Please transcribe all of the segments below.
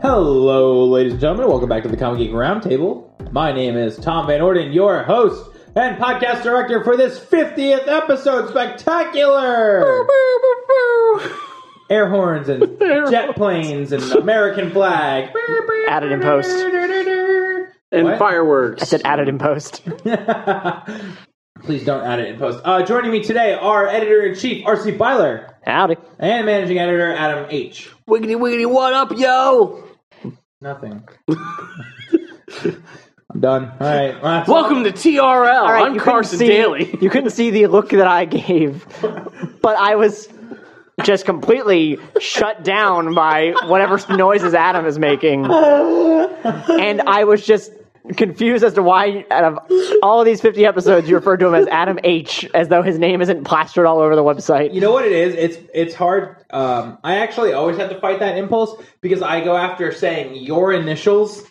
Hello, ladies and gentlemen. Welcome back to the Comic Geek Roundtable. My name is Tom Van Orden, your host and podcast director for this 50th episode. Spectacular! Air horns and jet planes and American flag. Added in post. and What? fireworks. I said added in post. Please don't add it in post. Uh, joining me today are editor in chief RC Byler Howdy. and managing editor Adam H. wiggity wiggity, what up, yo? Nothing. I'm done. All right. Well, that's- Welcome to TRL. you I'm couldn't Carson see- Daly. You couldn't see the look that I gave, but I was just completely shut down by whatever noises Adam is making, and I was just confused as to why out of all of these 50 episodes you referred to him as Adam H as though his name isn't plastered all over the website. You know what it is? It's it's hard. Um, I actually always have to fight that impulse because I go after saying your initials,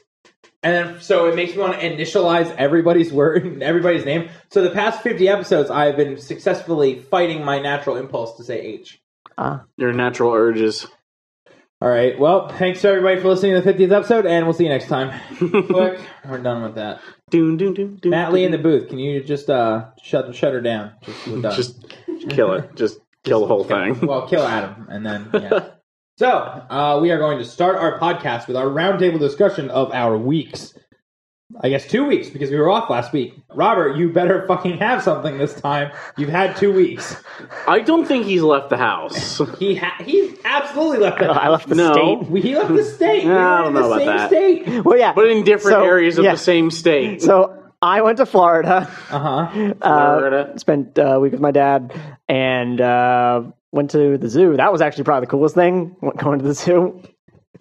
and then so it makes me want to initialize everybody's word, and everybody's name. So the past fifty episodes, I've been successfully fighting my natural impulse to say H. Your natural urges. All right. Well, thanks to everybody for listening to the fiftieth episode, and we'll see you next time. Quick, we're done with that. Doom, doom, doom, doom. Matt Lee in the booth. Can you just uh, shut shut her down? Just, we're done. Just kill it. Just kill the whole thing. well, kill Adam, and then yeah. so uh, we are going to start our podcast with our roundtable discussion of our weeks. I guess two weeks because we were off last week. Robert, you better fucking have something this time. You've had two weeks. I don't think he's left the house. He ha- he absolutely left the I left the No. state. We, he left the state. We I were don't in know the about same that. state. Well, yeah, But in different So, areas of yeah. the same state. So I went to Florida. Uh huh. Florida. spent uh, a week with my dad and uh, went to the zoo. That was actually probably the coolest thing went- going to the zoo.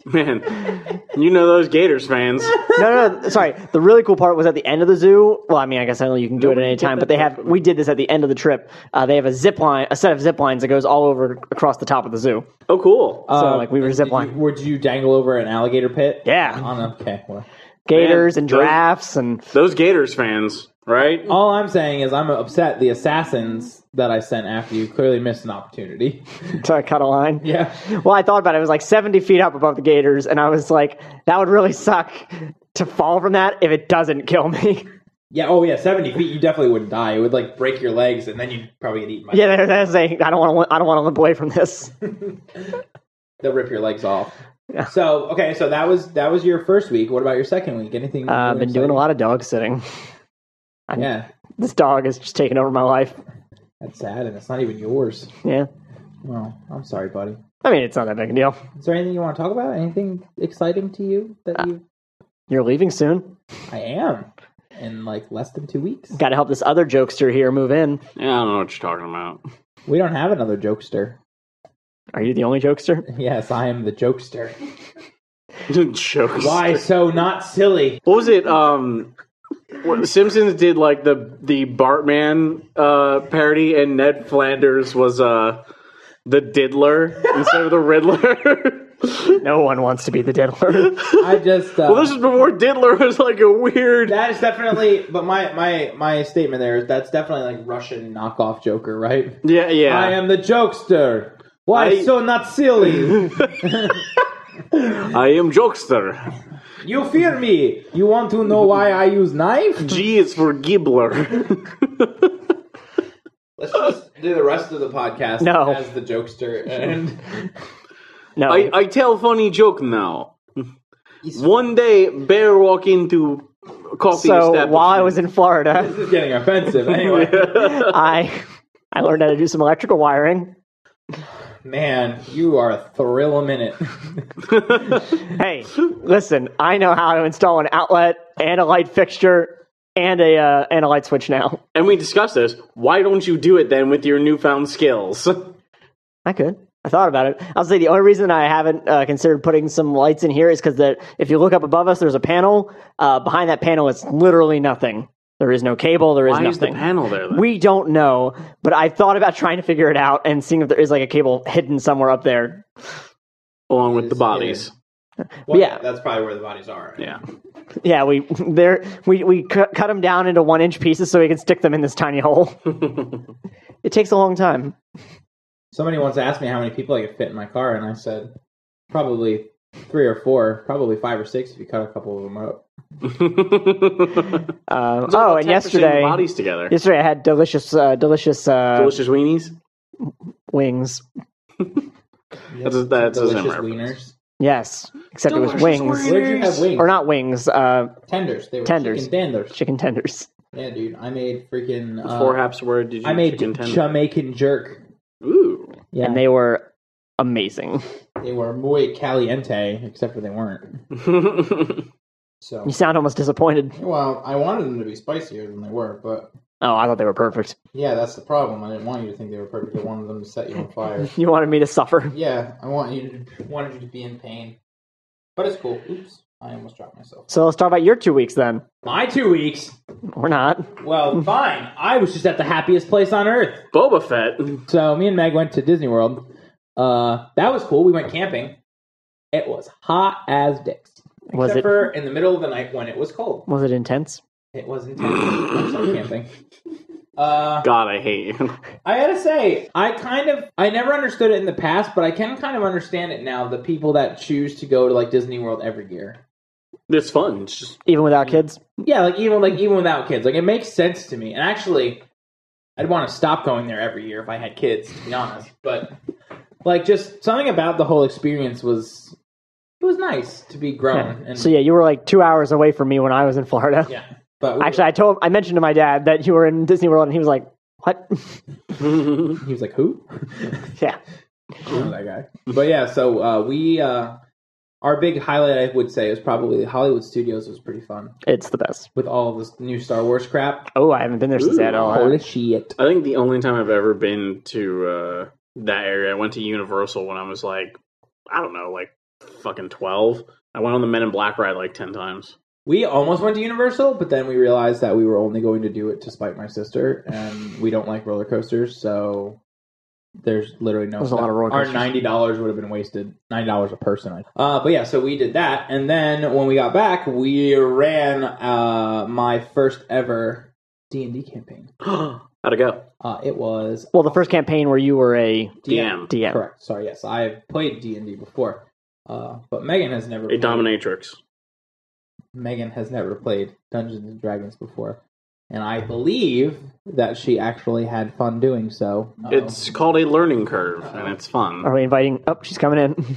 Man, you know those Gators fans. No, no, no, sorry. The really cool part was at the end of the zoo. Well, I mean, I guess I know you can do it at any time, but they have. We did this at the end of the trip. Uh, they have a zip line, a set of zip lines that goes all over across the top of the zoo. Oh, cool. So like we were Uh, Did you, ziplining were did you dangle over an alligator pit? Yeah. On a, okay. Well. gators and those- giraffes and those Gators fans, right? All I'm saying is I'm upset the assassins that I sent after you clearly missed an opportunity. so I cut a line. Yeah. Well, I thought about it. It was like 70 feet up above the gators, and I was like, that would really suck to fall from that if it doesn't kill me. Yeah, oh yeah, seventy feet. You definitely wouldn't die. It would like break your legs, and then you'd probably get eaten by. Yeah, they're, they're saying I don't want to. I don't want to limp away from this. Uh, they'll rip your legs off. So okay, so that was that was your first week. What about your second week? Anything? I've Uh, been doing a lot of dog sitting. Of- yeah, This dog is just taking over my life. that's sad, and it's not even yours. Yeah, Well, I'm sorry, buddy. I mean it's not that big a deal. Is there anything you want to talk about? Anything exciting to you Uh. that you? You're leaving soon. I am in like less than two weeks. Got to help this other jokester here move in. Yeah, I don't know what you're talking about. We don't have another jokester. Are you the only jokester? Yes, I am the jokester. Jokes. Why so not silly? What was it? Um, what- The Simpsons did like the the Bartman uh, parody, and Ned Flanders was uh, the Diddler instead of the Riddler. No one wants to be the diddler. I just. Uh, well, this is before Diddler was like a weird. That is definitely, but my my my statement there is that's definitely like Russian knockoff Joker, right? yeah, yeah. I am the jokester. Why I- so not silly? I am jokester. you fear me. You want to know why I use knife? G is for Gibbler. Let's just do the rest of the podcast No. as the jokester, and No, I, I tell funny joke now. One day, bear walk into coffee so establishment. while I was in Florida, this is getting offensive. Anyway, I I learned how to do some electrical wiring. man, you are a thrill a minute. Hey, listen, I know how to install an outlet and a light fixture and a uh, and a light switch now. and we discussed this. Why don't you do it then with your newfound skills? I could. I thought about it. I'll say the only reason I haven't uh, considered putting some lights in here is because that if you look up above us, there's a panel. Uh, behind that panel is literally nothing. There is no cable. There is Why is the nothing. panel there? Then? we don't know, but I thought about trying to figure it out and seeing if there is like a cable hidden somewhere up there. along with the bodies. Well, Yeah. that's probably where the bodies are. Yeah. Yeah, we there we we cu- cut them down into one inch pieces so we can stick them in this tiny hole. it takes a long time. Somebody once asked me how many people I could fit in my car, and I said probably three or four, probably five or six if you cut a couple of them up. Um, oh, and 10% yesterday, bodies together. yesterday I had delicious, uh, delicious, uh, Delicious weenies. wings. That's a- that's a delicious Zimmer. wieners. Yes, except it was Delicious wings wings. Where would you have wings? or not wings, uh, Tenders. They were Tenders. Chicken tenders. chicken tenders. Yeah, dude. I made freaking. Uh, Four haps were. Did you I made chicken tender? Jamaican jerk. Ooh. Yeah, and they were amazing. they were muy caliente, except for they weren't. So You sound almost disappointed. Well, I wanted them to be spicier than they were, but Oh, I thought they were perfect. yeah, that's the problem. I didn't want you to think they were perfect. I wanted them to set you on fire. You wanted me to suffer. yeah, I want you to wanted you to be in pain. But it's cool. Oops, I almost dropped myself. So let's talk about your two weeks then. My two weeks. We're not. Well, fine. I was just at the happiest place on earth. Boba Fett. So me and Meg went to Disney World. Uh, that was cool. We went camping. It was hot as dicks. Was Except it- for in the middle of the night when it was cold. Was it intense? It was intense. I'm sorry, camping. Uh, God, I hate you. I gotta say, I kind of, I never understood it in the past, but I can kind of understand it now. The people that choose to go to like Disney World every year, It's fun. It's just Even Mm. without kids? yeah, like even like even without kids, like it makes sense to me. And actually, I'd want to stop going there every year if I had kids, to be honest. But like, just something about the whole experience was, it was nice to be grown. And So yeah, you were like two hours away from me when I was in Florida. yeah, but we- Actually, I told I mentioned to my dad that you were in Disney World, and he was like, "What? he was like, "Who?" yeah, I know that guy. But yeah, so uh, we, uh, our big highlight, I would say, is probably Hollywood Studios was pretty fun. it's the best." with all this new Star Wars crap. Oh, I haven't been there since Ooh. at all. Holy shit. I think the only time I've ever been to uh, that area, I went to Universal when I was like, I don't know, like fucking twelve. I went on the Men in Black ride like ten times. We almost went to Universal, but then we realized that we were only going to do it to spite my sister, and we don't like roller coasters, so there's literally no. There's a lot of roller Our coasters. ninety dollars would have been wasted. Ninety dollars a person. Uh, but yeah, so we did that, and then when we got back, we ran uh, my first ever D and D campaign. How'd it go? Uh, it was Well, the first campaign where you were a DM, DM. correct. Sorry, yes, I've played D and D before, uh, but Megan has never a played- dominatrix. Megan has never played Dungeons and Dragons before, and I believe that she actually had fun doing so. Uh-oh. It's called a learning curve, and it's fun. Are we inviting? Oh, she's coming in.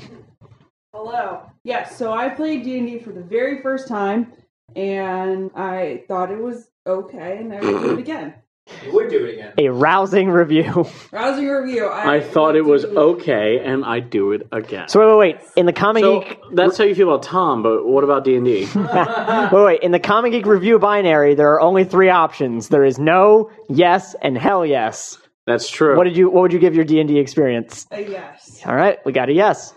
Hello. Yes, so I played D&D for the very first time and I thought it was okay and I would do it again. you would do it again. a rousing review. Rousing review. I, I thought it was okay, and I do it again. So wait, wait, wait. In the comic So geek, that's how you feel about Tom, but what about D and D? wait, wait. In the comic geek review binary, there are only three options. There is no, yes, and hell yes. That's true. What did you? What would you give your D and D experience? a Uh, yes. All right, we got a yes.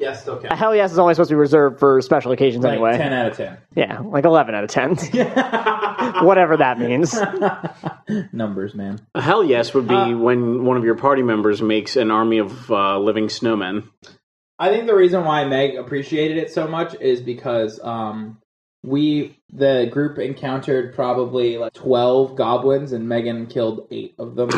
Yes, okay. A hell yes is only supposed to be reserved for special occasions Like anyway. ten out of ten. Yeah, like eleven out of ten, whatever that means. Numbers, man. A hell yes would be Uh, when one of your party members makes an army of uh, living snowmen. I think the reason why Meg appreciated it so much is because um, we the group encountered probably like twelve goblins, and Megan killed eight of them.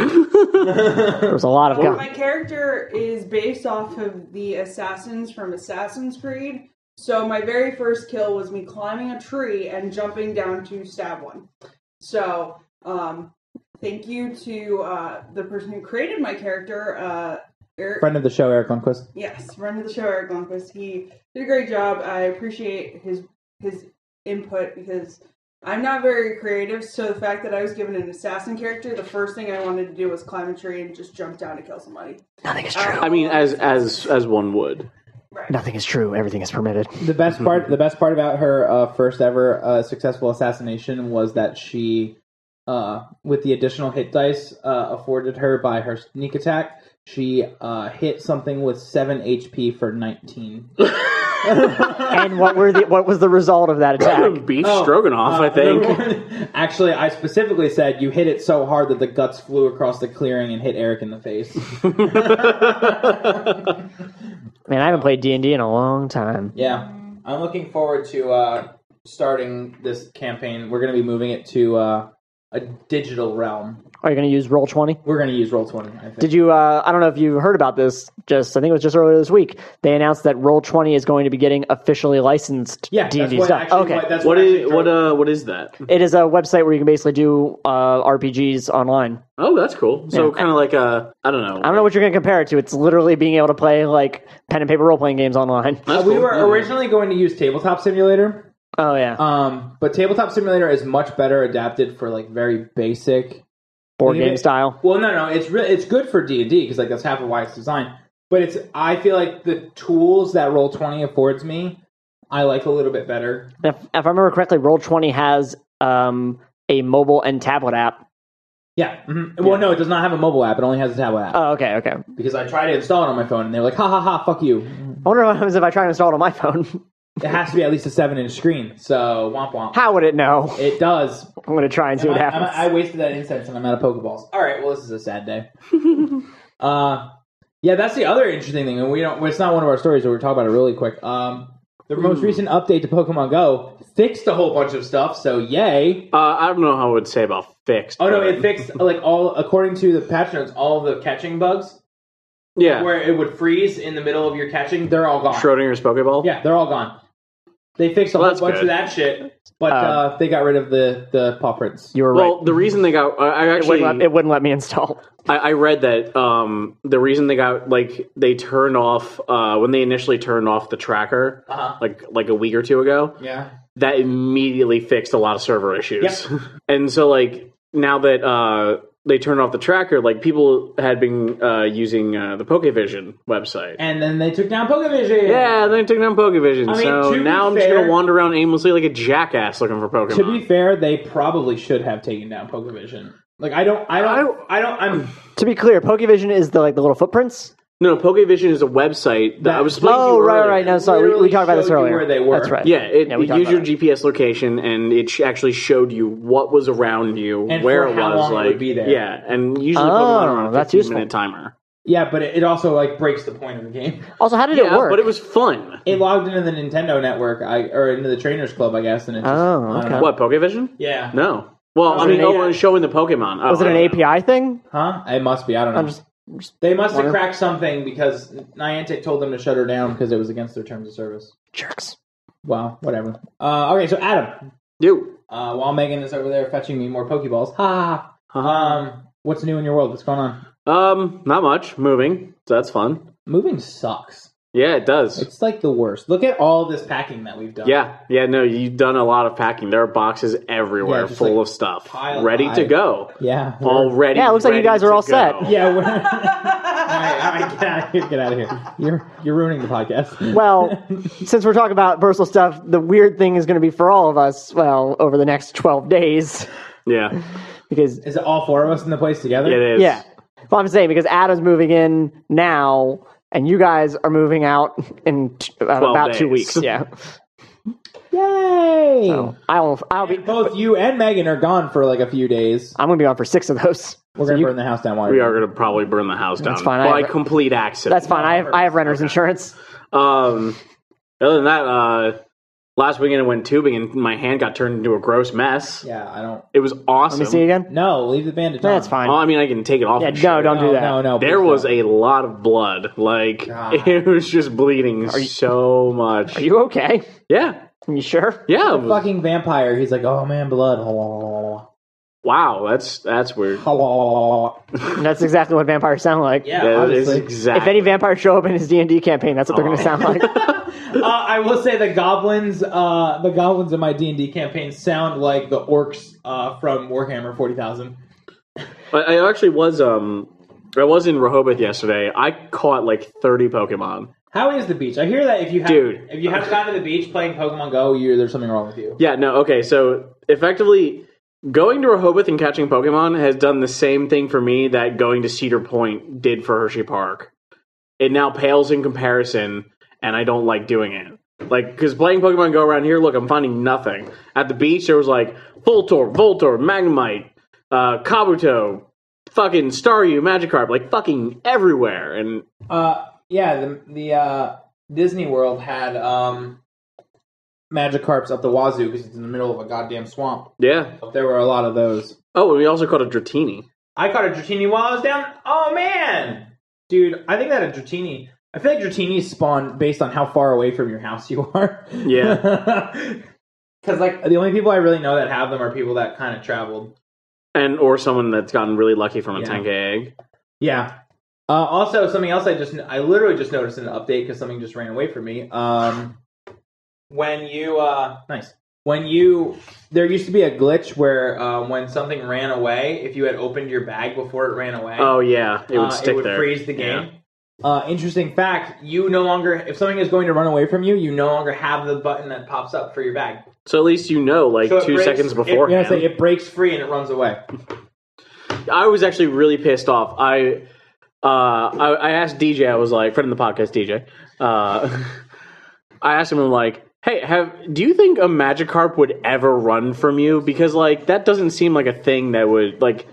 There's a lot of Well, guns. my character is based off of the assassins from Assassin's Creed. So my very first kill was me climbing a tree and jumping down to stab one. So, um, thank you to uh, the person who created my character, uh, Eric. Friend of the show, Eric Lundquist. Yes, friend of the show, Eric Lundquist. He did a great job. I appreciate his his input because I'm not very creative, so the fact that I was given an assassin character, the first thing I wanted to do was climb a tree and just jump down to kill somebody. Nothing is true. I mean, as as as one would. Right. Nothing is true. Everything is permitted. The best part, the best part about her uh, first ever uh, successful assassination was that she, uh, with the additional hit dice uh, afforded her by her sneak attack, she uh, hit something with seven HP for nineteen. Uh, And what were the? What was the result of that attack? Beef Oh. stroganoff, Uh, I think. Actually, I specifically said you hit it so hard that the guts flew across the clearing and hit Eric in the face. Man, I haven't played D and D in a long time. Yeah, I'm looking forward to uh, starting this campaign. We're going to be moving it to uh, a digital realm. Are you going to use roll twenty? We're gonna use roll twenty. I think. Did you? Uh, I don't know if you heard about this. Just I think it was just earlier this week. They announced that Roll Twenty is going to be getting officially licensed yeah, D that's and D what stuff. actually- okay, what- that's What actually is drove- what uh what is that? it is a website where you can basically do uh, RPGs online. Oh, that's cool. So Yeah. kind of like a I don't know. I don't know what you're going to compare it to. It's literally being able to play like pen and paper role playing games online. Uh, That's we cool. were originally going to use Tabletop Simulator, Oh yeah, um, but Tabletop Simulator is much better adapted for like very basic. board you game may- style. Well, no, no, it's really it's good for D and D because like that's half of why it's designed. But it's I feel like the tools that Roll Twenty affords me, I like a little bit better. If, if I remember correctly, Roll Twenty has um, a mobile and tablet app. Yeah. mhm. Well, no, it does not have a mobile app. It only has a tablet app Oh okay, okay. because I tried to install it on my phone and they're like, ha ha ha, fuck you. I wonder what happens if I try to install it on my phone. It has to be at least a seven inch screen. So womp womp. How would it know? It does, I'm going to try and see what I'm- happens. I'm- i wasted that incense and I'm out of Pokeballs. All right, well, this is a sad day. uh, yeah, that's the other interesting thing, and we don't. It's not one of our stories, so we're talking about it really quick. Um, the most recent update to Pokemon Go fixed a whole bunch of stuff, so yay! Uh, I don't know how I would say about fixed. Oh no, but- it fixed like all according to the patch notes, all the catching bugs yeah. where it would freeze in the middle of your catching. They're all gone. Schrodinger's Pokeball. Yeah, they're all gone. They fixed a Well, whole that's bunch of good. that shit, but uh, Uh, they got rid of the the paw prints. you were Well, right. the reason they got I, I It wouldn't, actually let, it wouldn't let me install. I, I read that um, the reason they got like they turned off uh, when they initially turned off the tracker Uh-huh. like like a week or two ago Yeah. that immediately fixed a lot of server issues and so like now that uh, they turned off the tracker like people had been uh, using uh, the pokevision website And then they took down Pokevision. yeah and they took down pokevision I mean, so to be now i'm just fair- gonna wander around aimlessly like a jackass looking for pokemon To be fair, they probably should have taken down Pokevision. Like I don't, I don't, I, don't. I'm To be clear, Pokevision is the like the little footprints. no no pokevision is a website that, i That- was explaining to Oh you right, earlier. right. No, sorry, we, we Literally talked about this showed you earlier. where they were. That's right. Yeah, it, Yeah, it we talked used your about GPS location and it sh- actually showed you what was around you, And where for it how was. long it like, would be there. yeah, and usually Oh, Pokemon are on a that's 15 minute useful. timer. yeah, but it, it also like breaks the point of the game. Also, how did it Yeah, work? but it was fun. It logged into the Nintendo network, I or into the Trainers Club, I guess, and it just, Oh, I don't okay. know. What Pokevision? Yeah, No. Well, Was I it mean, an oh, AI? and showing the Pokemon. Oh, was it I an don't know. API thing? huh? It must be. I don't know. I'm just they must have wondering. cracked something because Niantic told them to shut her down because it was against their terms of service. jerks. Well, whatever. Uh, okay, so Adam, Dude. uh, while Megan is over there fetching me more Pokeballs, ha. Um, what's new in your world? What's going on? Um, not much. Moving. So that's fun. Moving sucks. Yeah, it does. It's like the worst. Look at all this packing that we've done. yeah, yeah, no, you've done a lot of packing. There are boxes everywhere Yeah, just, full like, of stuff. piled Ready to high. go. Yeah. we're- Already. Yeah, it looks like you ready guys are to all go. set. Yeah. We're, all right, all right, get out of here. Get out of here. You're you're ruining the podcast. Well, since we're talking about personal stuff, the weird thing is going to be for all of us. Well, over the next twelve days, Yeah. because Is it all four of us in the place together? It is. yeah. Well, I'm saying because Adam's moving in now, and you guys are moving out in t- uh, about two weeks. days. Yeah. Yay! So I'll I'll be Both you and Megan are gone for like a few days. I'm going to be on for six of those. We're gonna burn the house down. While We you're are going to probably burn the house down fine, I by have- complete accident. That's fine. I have I have renter's insurance. um, other than that, uh, last weekend I went tubing and my hand got turned into a gross mess. Yeah, I don't. It was awesome. Let me see again. No, leave the bandage. No, on. that's fine. Well, I mean, I can take it off. Yeah, and no, shit. don't No, do that. no, no. There please was don't. a lot of blood. Like God. it was just bleeding so much. Are you okay? yeah, You sure? yeah. it was- fucking vampire. He's like, oh man, blood. Yeah, wow, that's that's weird. And that's exactly what vampires sound like. that is obviously. exactly. If any vampires show up in his D and D campaign, that's what they're going to Oh. sound like. uh, I will say the goblins, uh, the goblins in my D and D campaign sound like the orcs uh, from Warhammer Forty Thousand. But I actually was um, I was in Rehoboth yesterday. I caught like thirty Pokemon. How is the beach? I hear that if you have, Dude. if you haven't gone to the beach playing Pokemon Go, you there's something wrong with you. Yeah, no, okay, so effectively going to Rehoboth and catching Pokemon has done the same thing for me that going to Cedar Point did for Hershey Park. It now pales in comparison, and I don't like doing it. Like, because playing Pokemon Go around here, look, I'm finding nothing. At the beach, there was like Voltorb, Voltorb, Magnemite, uh, Kabuto, fucking Staryu, Magikarp, like fucking everywhere. And Uh, yeah, the the uh, Disney World had um, Magikarps up the wazoo because it's in the middle of a goddamn swamp. yeah. There were a lot of those. Oh, and we also caught a Dratini. I caught a Dratini while I was down. Oh man, dude, I think that a Dratini. I feel like Dratinis spawn based on how far away from your house you are. Yeah. Because like the only people I really know that have them are people that kind of traveled. and or someone that's gotten really lucky from a Yeah. 10k egg. Yeah. Uh, also, something else I just I literally just noticed in the update because something just ran away from me. Um, when you uh, nice when you there used to be a glitch where uh, when something ran away, if you had opened your bag before it ran away, Oh yeah, it would uh, stick it would there. freeze the game. Uh, interesting fact: you no longer if something is going to run away from you, you no longer have the button that pops up for your bag. So at least you know, like So it two breaks- seconds it- beforehand. yeah, so it breaks free and it runs away. I was actually really pissed off. I uh I, I asked DJ, I was like, friend of the podcast, DJ. Uh I asked him I'm like, hey, have do you think a Magikarp would ever run from you? Because like that doesn't seem like a thing that would like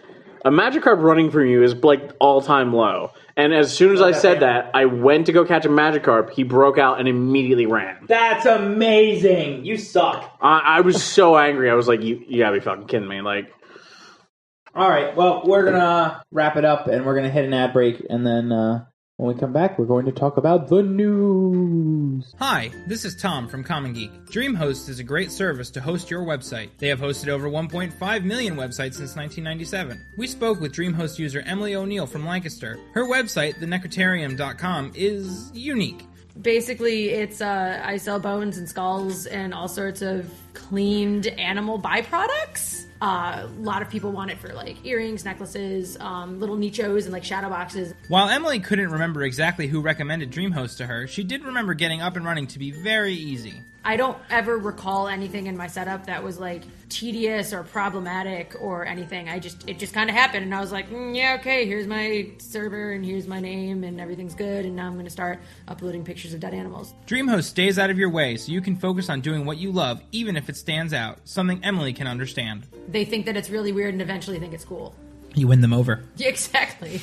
a Magikarp running from you is like all time low. And as soon as I that said family. that, I went to go catch a Magikarp. He broke out and immediately ran. That's amazing. You suck. I, I was so angry. I was like, you, you gotta be fucking kidding me. Like, All right. Well, we're gonna wrap it up, and we're gonna hit an ad break, and then uh, when we come back, we're going to talk about the news. Hi, this is Tom from Common Geek. DreamHost is a great service to host your website. They have hosted over 1.5 million websites since 1997. We spoke with DreamHost user Emily O'Neill from Lancaster. Her website, thenecrotarium.com, is unique. Basically, it's uh, I sell bones and skulls and all sorts of cleaned animal byproducts. Uh, a lot of people want it for like earrings, necklaces, um, little nichos, and like shadow boxes. While Emily couldn't remember exactly who recommended DreamHost to her, she did remember getting up and running to be very easy. I don't ever recall anything in my setup that was like tedious or problematic or anything. I just it just kind of happened, and I was like, mm, yeah, okay, here's my server and here's my name and everything's good, and now I'm gonna start uploading pictures of dead animals. DreamHost stays out of your way so you can focus on doing what you love even if it stands out, something Emily can understand. They think that it's really weird and eventually think it's cool. You win them over. Yeah, exactly.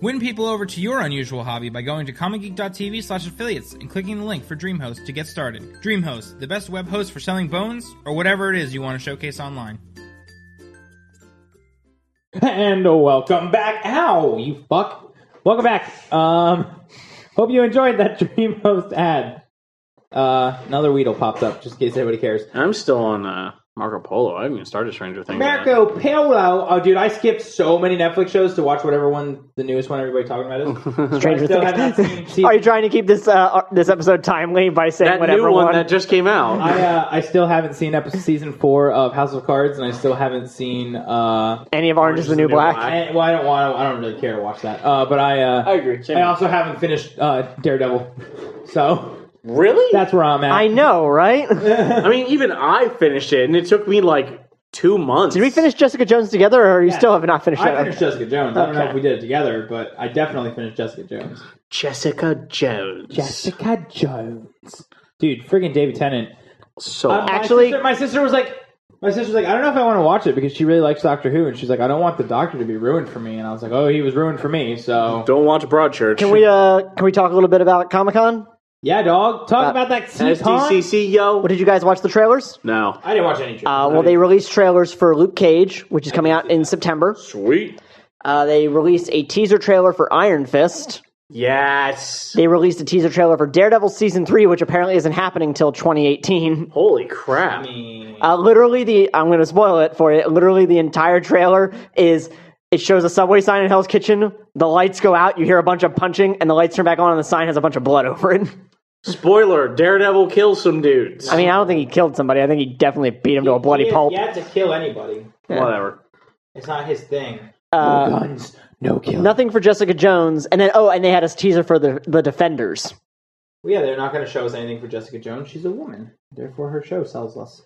Win people over to your unusual hobby by going to comicgeek.tv slash affiliates and clicking the link for DreamHost to get started. DreamHost, the best web host for selling bones or whatever it is you want to showcase online. And welcome back. Ow, you fuck. Welcome back. Um, hope you enjoyed that Dream Host ad. Uh, another Weedle popped up, just in case anybody cares. I'm still on uh, Marco Polo. I haven't even started Stranger Things. yet. Marco Polo. Oh, dude, I skipped so many Netflix shows to watch whatever one, the newest one everybody talking about is. I Stranger still have not seen Things. season- Are you trying to keep this uh, ar- this episode timely by saying that whatever new one, one? that just came out. I, uh, I still haven't seen episode season four of House of Cards, and I still haven't seen. Uh, Any of Orange is the New Black? I, well, I don't want. I don't really care to watch that. Uh, but I. Uh, I agree. Same I here. also haven't finished uh, Daredevil, so Really? that's where I'm at. I know, right? I mean, even I finished it, and it took me like two months. Did we finish Jessica Jones together, or you still have not finished I that? finished Jessica Jones. I don't know Okay. if we did it together, but I definitely finished Jessica Jones. Jessica Jones? Jessica Jones, dude, friggin' David Tennant. So Uh, my Actually- sister- my sister was like, my sister was like, I don't know if I want to watch it because she really likes Doctor Who, and she's like, I don't want the Doctor to be ruined for me. And I was like, Oh, he was ruined for me. So don't watch Broadchurch. Can we uh, can we talk a little bit about Comic Con? yeah, dog, Uh, talk about that. CCon. SDCC yo? What did you guys watch the trailers? no. I didn't watch any. Trailer. Uh, well, they released trailers for Luke Cage, which is coming out in September. Sweet. Uh, they released a teaser trailer for Iron Fist. Yes. They released a teaser trailer for Daredevil season three, which apparently isn't happening till 2018. Holy crap. Uh, literally, the I'm going to spoil it for you. Literally, the entire trailer is it shows a subway sign in Hell's Kitchen. The lights go out. You hear a bunch of punching, and the lights turn back on, and the sign has a bunch of blood over it. Spoiler: Daredevil kills some dudes. I mean, I don't think he killed somebody. I think he definitely beat him to a bloody pulp. had to kill anybody. Whatever. It's not his thing. no guns, no killing. Nothing for Jessica Jones, and then oh, and they had a teaser for the the Defenders. Well, yeah, they're not going to show us anything for Jessica Jones. She's a woman, therefore her show sells less.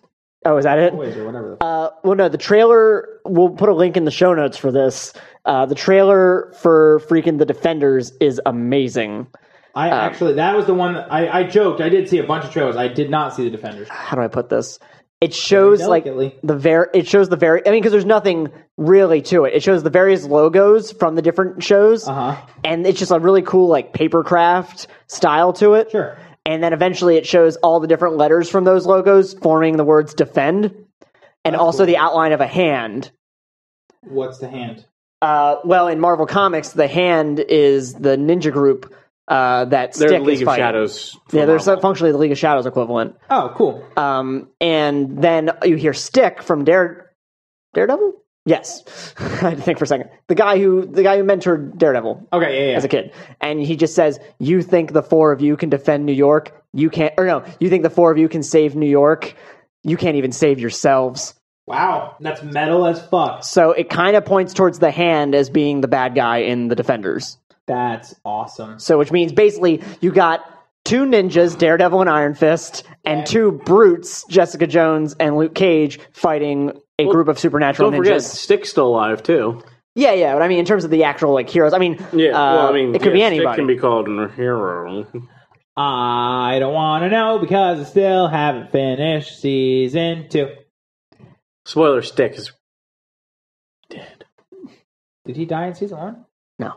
Oh, is that it? Always or whatever. The Uh, well, no, the trailer. We'll put a link in the show notes for this. Uh, the trailer for freaking the Defenders is amazing. I actually, that was the one that I, I joked. I did see a bunch of trailers. I did not see the Defenders. How do I put this? It shows like Delicately. the very. It shows the very. I mean, because there's nothing really to it. It shows the various logos from the different shows, Uh huh. and it's just a really cool like paper craft style to it. Sure. and then eventually it shows all the different letters from those logos forming the words defend and also the outline of a hand What's the hand? Uh, well, in Marvel Comics, the hand is the ninja group uh, that They're Stick the League is of fighting. Shadows. for Yeah, they're so- Marvel. functionally the League of Shadows equivalent. Oh, cool. Um, and then you hear Stick from Dare, Daredevil. Yes, I had to think for a second. The guy who the guy who mentored Daredevil Okay, yeah, as yeah. a kid, and he just says, "You think the four of you can defend New York? You can't. Or no, you think the four of you can save New York? You can't even save yourselves." Wow, that's metal as fuck. So it kind of points towards the hand as being the bad guy in the Defenders. That's awesome. So which means basically you got two ninjas, Daredevil and Iron Fist, and two brutes, Jessica Jones and Luke Cage, fighting a group of supernatural Don't forget, ninjas. Stick's still alive too. Yeah, yeah. But I mean, in terms of the actual like heroes, I mean, Yeah, uh, well, I mean, it could be yeah, Stick anybody. can be called a hero. I don't want to know because I still haven't finished season two. Spoiler: Stick is dead. Did he die in season one? no,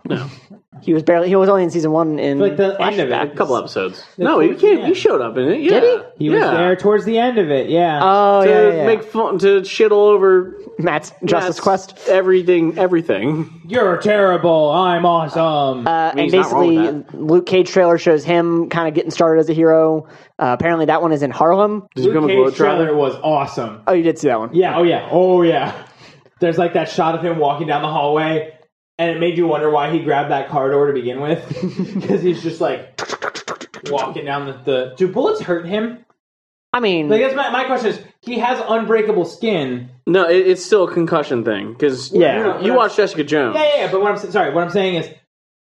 He was barely. He was only in season one. In Like the end of it. flashback. A couple episodes. The no, he towards came. the He end. showed up in it. Yeah. Did he? He was yeah. there towards the end of it. Yeah. Oh to yeah, yeah, yeah. make fun to shit all over Matt's Justice Matt's Quest. Everything, everything. You're terrible. I'm awesome. Uh, and he's not wrong basically, with Luke Cage trailer shows him kind of getting started as a hero. Uh, apparently, that one is in Harlem. Does he Luke become a Cage trailer globetrotter? was awesome. Oh, you did see that one. Yeah. Oh yeah. Oh yeah. There's like that shot of him walking down the hallway, and it made you wonder why he grabbed that car door to begin with, because he's just like walking down the, the. Do bullets hurt him? I mean, Like that's my my question is he has unbreakable skin. No, it, it's still a concussion thing because Yeah. No, no, you no. watch Jessica Jones. Yeah, yeah. yeah, But what I'm s- sorry, what I'm saying is,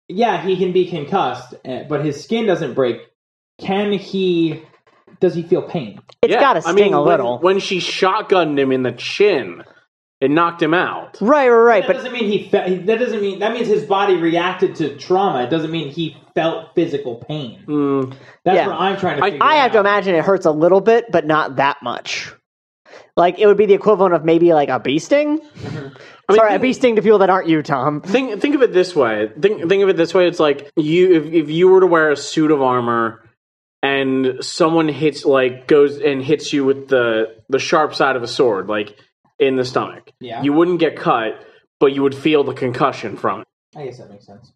yeah, he can be concussed, eh, but his skin doesn't break. Can he? Does he feel pain? it's Yeah, got to I sting mean, a when- little. When, she shotgunned him in the chin, it knocked him out. right, right, right. That But doesn't mean he felt. That doesn't mean that means his body reacted to trauma. It doesn't mean he felt physical pain. Mm, That's Yeah. what I'm trying to. I- figure I have to out. imagine it hurts a little bit, but not that much. Like it would be the equivalent of maybe like a bee sting. mean, Sorry, a think- bee sting to people that aren't you, Tom. think think of it this way. Think think of it this way. It's like you if if you were to wear a suit of armor and someone hits like goes and hits you with the the sharp side of a sword, like in the stomach. Yeah. You wouldn't get cut, but you would feel the concussion from it. I guess that makes sense.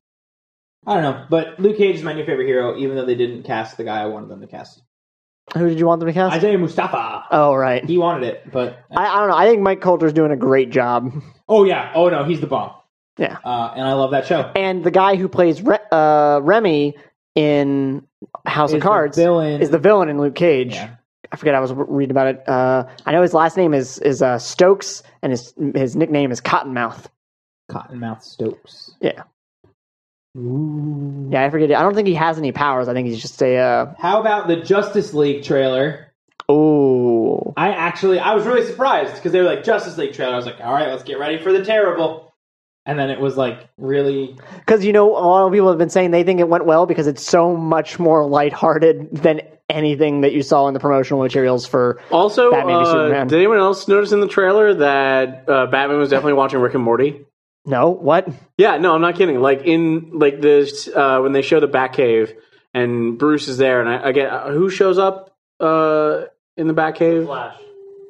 I don't know, but Luke Cage is my new favorite hero, even though they didn't cast the guy I wanted them to cast. Who did you want them to cast? Isaiah Mustafa. oh, right. He wanted it, but I, I don't know. I think Mike Coulter's doing a great job. oh yeah, oh no, he's the bomb. Yeah. uh, and I love that show. And the guy who plays Re- uh, Remy in House Is of the Cards villain- is the villain in Luke Cage. Yeah. I forget. I was re- reading about it. Uh, I know his last name is is uh, Stokes, and his his nickname is Cottonmouth. Cottonmouth Stokes. Yeah, Ooh. yeah. I forget. I don't think he has any powers. I think he's just a uh, How about the Justice League trailer? oh. I actually I was really surprised because they were like Justice League trailer. I was like, all right, let's get ready for the terrible. And then it was like really Because you know, a lot of people have been saying they think it went well because it's so much more lighthearted than anything that you saw in the promotional materials for. Also, Batman v uh, Superman. did anyone else notice in the trailer that uh, Batman was definitely watching Rick and Morty? No, what? Yeah, no, I'm not kidding. Like in like this uh, when they show the Batcave and Bruce is there, and I, I get uh, who shows up uh, in the Batcave? Flash.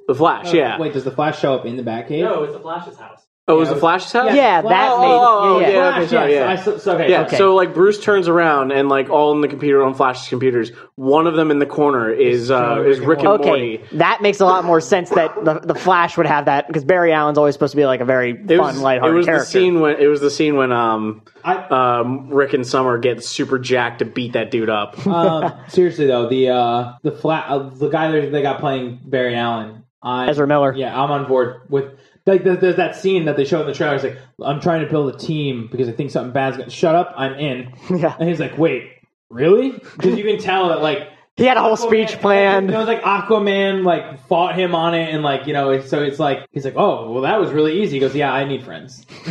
The Flash, yeah. Oh, Wait, does the Flash show up in the Batcave? No, it's the Flash's house. oh, it was yeah, the Flash's house? Yeah, that Flash- made. oh, yeah, yeah. yeah, okay, Flash, sorry, yes. yeah. I so- so- okay, Yeah, okay. so like Bruce turns around and like all on the computer on Flash's computers, one of them in the corner is uh, is Rick and Okay, Morty. that makes a lot more sense that the, the Flash would have that because Barry Allen's always supposed to be like a very It fun, was, lighthearted it was character. the scene when it was the scene when um, I, um, Rick and Summer get super jacked to beat that dude up. um, seriously though, the uh, the flat uh, the guy that they got playing Barry Allen, I, Ezra Miller. Yeah, I'm on board with. Like, there's, there's that scene that they show in the trailer. It's like, I'm trying to build a team because I think something bad's going to. Shut up, I'm in. Yeah. And he's like, wait, really? Because you can tell that like He had a whole Aquaman- speech planned. It was like Aquaman like fought him on it, and like you know, it's- so it's like he's like, oh, well, that was really easy. He goes, yeah, I need friends.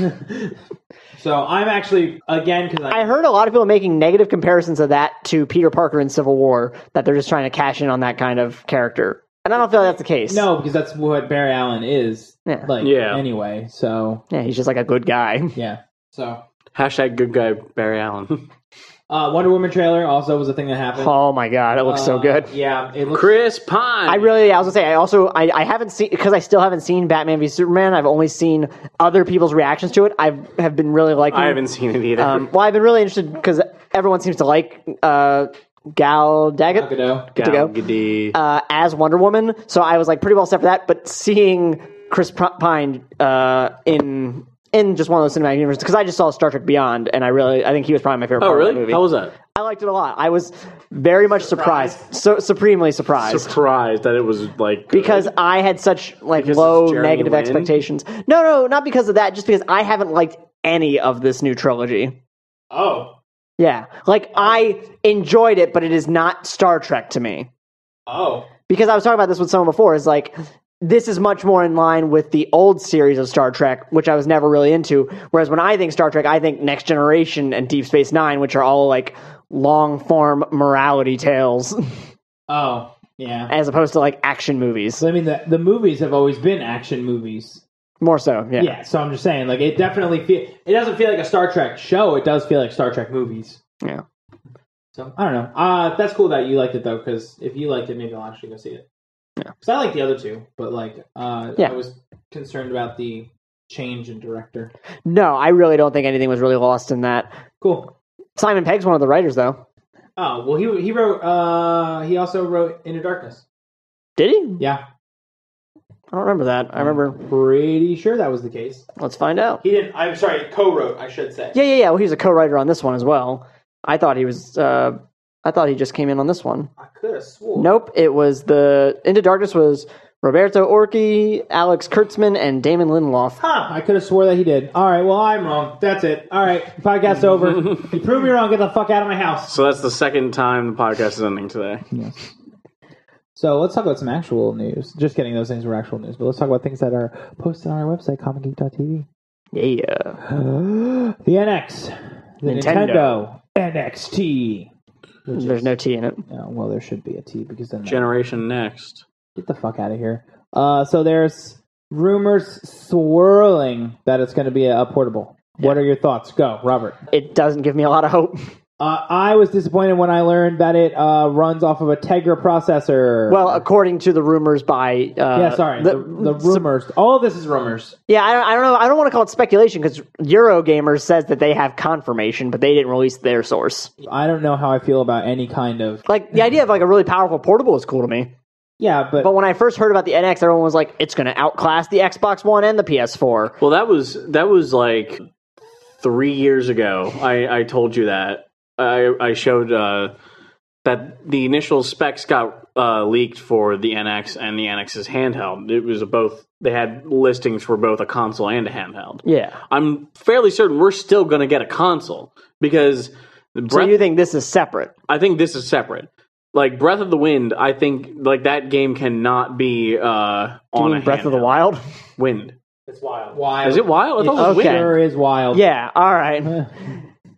so I'm actually again because I I, heard a lot of people making negative comparisons of that to Peter Parker in Civil War, that they're just trying to cash in on that kind of character. And I don't feel that's the case. no because that's what Barry Allen is Yeah. like Yeah. anyway. So Yeah, he's just like a good guy. yeah, so Hashtag good guy Barry Allen. Uh, Wonder Woman trailer also was a thing that happened. Oh my god, it looks so Uh, good. Yeah, it looks. Chris Pine. I really, I was gonna say, I also, I, I haven't seen because I still haven't seen Batman v Superman. I've only seen other people's reactions to it. I've have been really liking. I haven't seen it either. Hmm. Um, well, I've been really interested because everyone seems to like uh, Gal Daggett Gadot. to go. Gal Gadot. uh, as Wonder Woman, so I was like pretty well set for that. But seeing Chris P- Pine uh, in in just one of those cinematic universes because I just saw Star Trek Beyond, and I really, I think he was probably my favorite. oh, part Of that really? movie. How was that? I liked it a lot. I was very much surprised, so supremely surprised Surprised that it was like good. because I had such like Because low it's Jeremy negative Lin? expectations. No, no, not because of that. Just because I haven't liked any of this new trilogy. Oh, Yeah, Oh. like I enjoyed it, but it is not Star Trek to me. oh, Because I was talking about this with someone before. Is like this is much more in line with the old series of Star Trek, which I was never really into. Whereas when I think Star Trek, I think Next Generation and Deep Space Nine, which are all like long form morality tales, oh, yeah. as opposed to like action movies. So I mean, the the movies have always been action movies. More so, yeah. Yeah. So I'm just saying, like, it definitely feel. It doesn't feel like a Star Trek show. It does feel like Star Trek movies. Yeah. So I don't know. Uh, that's cool that you liked it though, because if you liked it, maybe I'll actually go see it. Yeah. Because I like the other two, but like, uh, Yeah. I was concerned about the change in director. No, I really don't think anything was really lost in that. Cool. Simon Pegg's one of the writers, though. Oh well, he he wrote. Uh, he also wrote Into Darkness. Did he? Hmm. Yeah, I don't remember that. I remember. pretty sure that was the case. Let's find out. He didn't. I'm sorry, co-wrote. I should say. Yeah, yeah, yeah. Well, he was a co-writer on this one as well. I thought he was. Uh, I thought he just came in on this one. I could have swore. Nope. It was the Into Darkness was Roberto Orci, Alex Kurtzman, and Damon Lindelof. Huh, Ah, I could have swore that he did. All right, well, I'm wrong. That's it. All right, podcast's over. You prove me wrong, get the fuck out of my house. so that's the second time the podcast is ending today. So let's talk about some actual news. Just kidding, those things were actual news. But let's talk about things that are posted on our website, comicgeek.tv. Yeah. The NX. The Nintendo. Nintendo. NXT. There's no T in it. Oh, well, there should be a T because then... Generation Next. Get the fuck out of here. Uh, so there's rumors swirling that it's going to be a, a portable. What are your thoughts? Go, Robert. It doesn't give me a lot of hope. Uh, I was disappointed when I learned that it uh, runs off of a Tegra processor. Well, according to the rumors by uh, yeah, sorry. The, the rumors. all of this is rumors. Yeah, I don't, I don't know. I don't want to call it speculation because Eurogamer says that they have confirmation, but they didn't release their source. I don't know how I feel about any kind of. Like the idea of like a really powerful portable is cool to me. Yeah, but, But when I first heard about the NX, everyone was like, "It's going to outclass the Xbox One and the PS4." Well, that was that was like three years ago. I I told you that I I showed uh, that the initial specs got uh, leaked for the NX and the NX's handheld. It was both they had listings for both a console and a handheld. Yeah. I'm fairly certain we're still going to get a console because the So Breath, you think this is separate? I think this is separate. Like Breath of the Wind, I think like that game cannot be uh, on You a mean Breath of the handheld. Wind? Wind. it's wild. Wild. Is it wild? I thought it was Okay. wind. Sure is wild. Yeah. All right.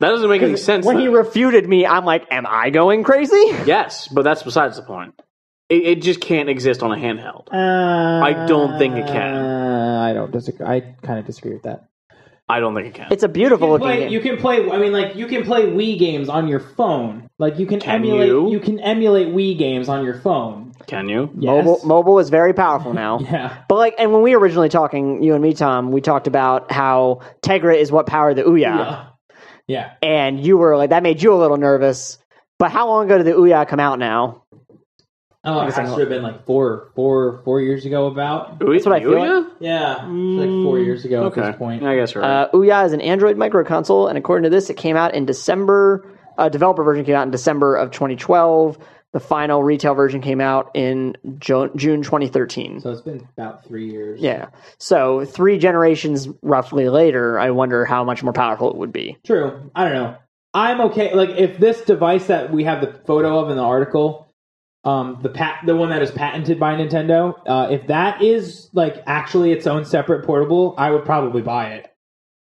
That doesn't make any sense. When though. he refuted me, I'm like, "Am I going crazy?" Yes, but that's besides the point. It, it just can't exist on a handheld. Uh, I don't think it can. Uh, I don't disagree. I kind of disagree with that. I don't think it can. It's a beautiful You can, looking play, game. you can play. I mean, like you can play Wii games on your phone. Like you can, Can emulate. you? can emulate Wii games on your phone. Can you? Yes. Mobile, mobile is very powerful now. yeah. But like, and when we were originally talking, you and me, Tom, we talked about how Tegra is what powered the Ouya, Yeah. and you were like, that made you a little nervous. But how long ago did the Ouya come out now? Oh, it has to have been like four, four, four years ago. About That's what I feel yeah, like four years ago Mm, Okay. at this point. I guess you're right. Uh, Ouya is an Android microconsole, and according to this, it came out in December. Uh, developer version came out in December of 2012. The final retail version came out in jo- June 2013. So it's been about three years. Yeah. So three generations roughly later, I wonder how much more powerful it would be. True. I don't know. I'm okay. Like if this device that we have the photo of in the article, um, the pat, the one that is patented by Nintendo, uh, if that is like actually its own separate portable, I would probably buy it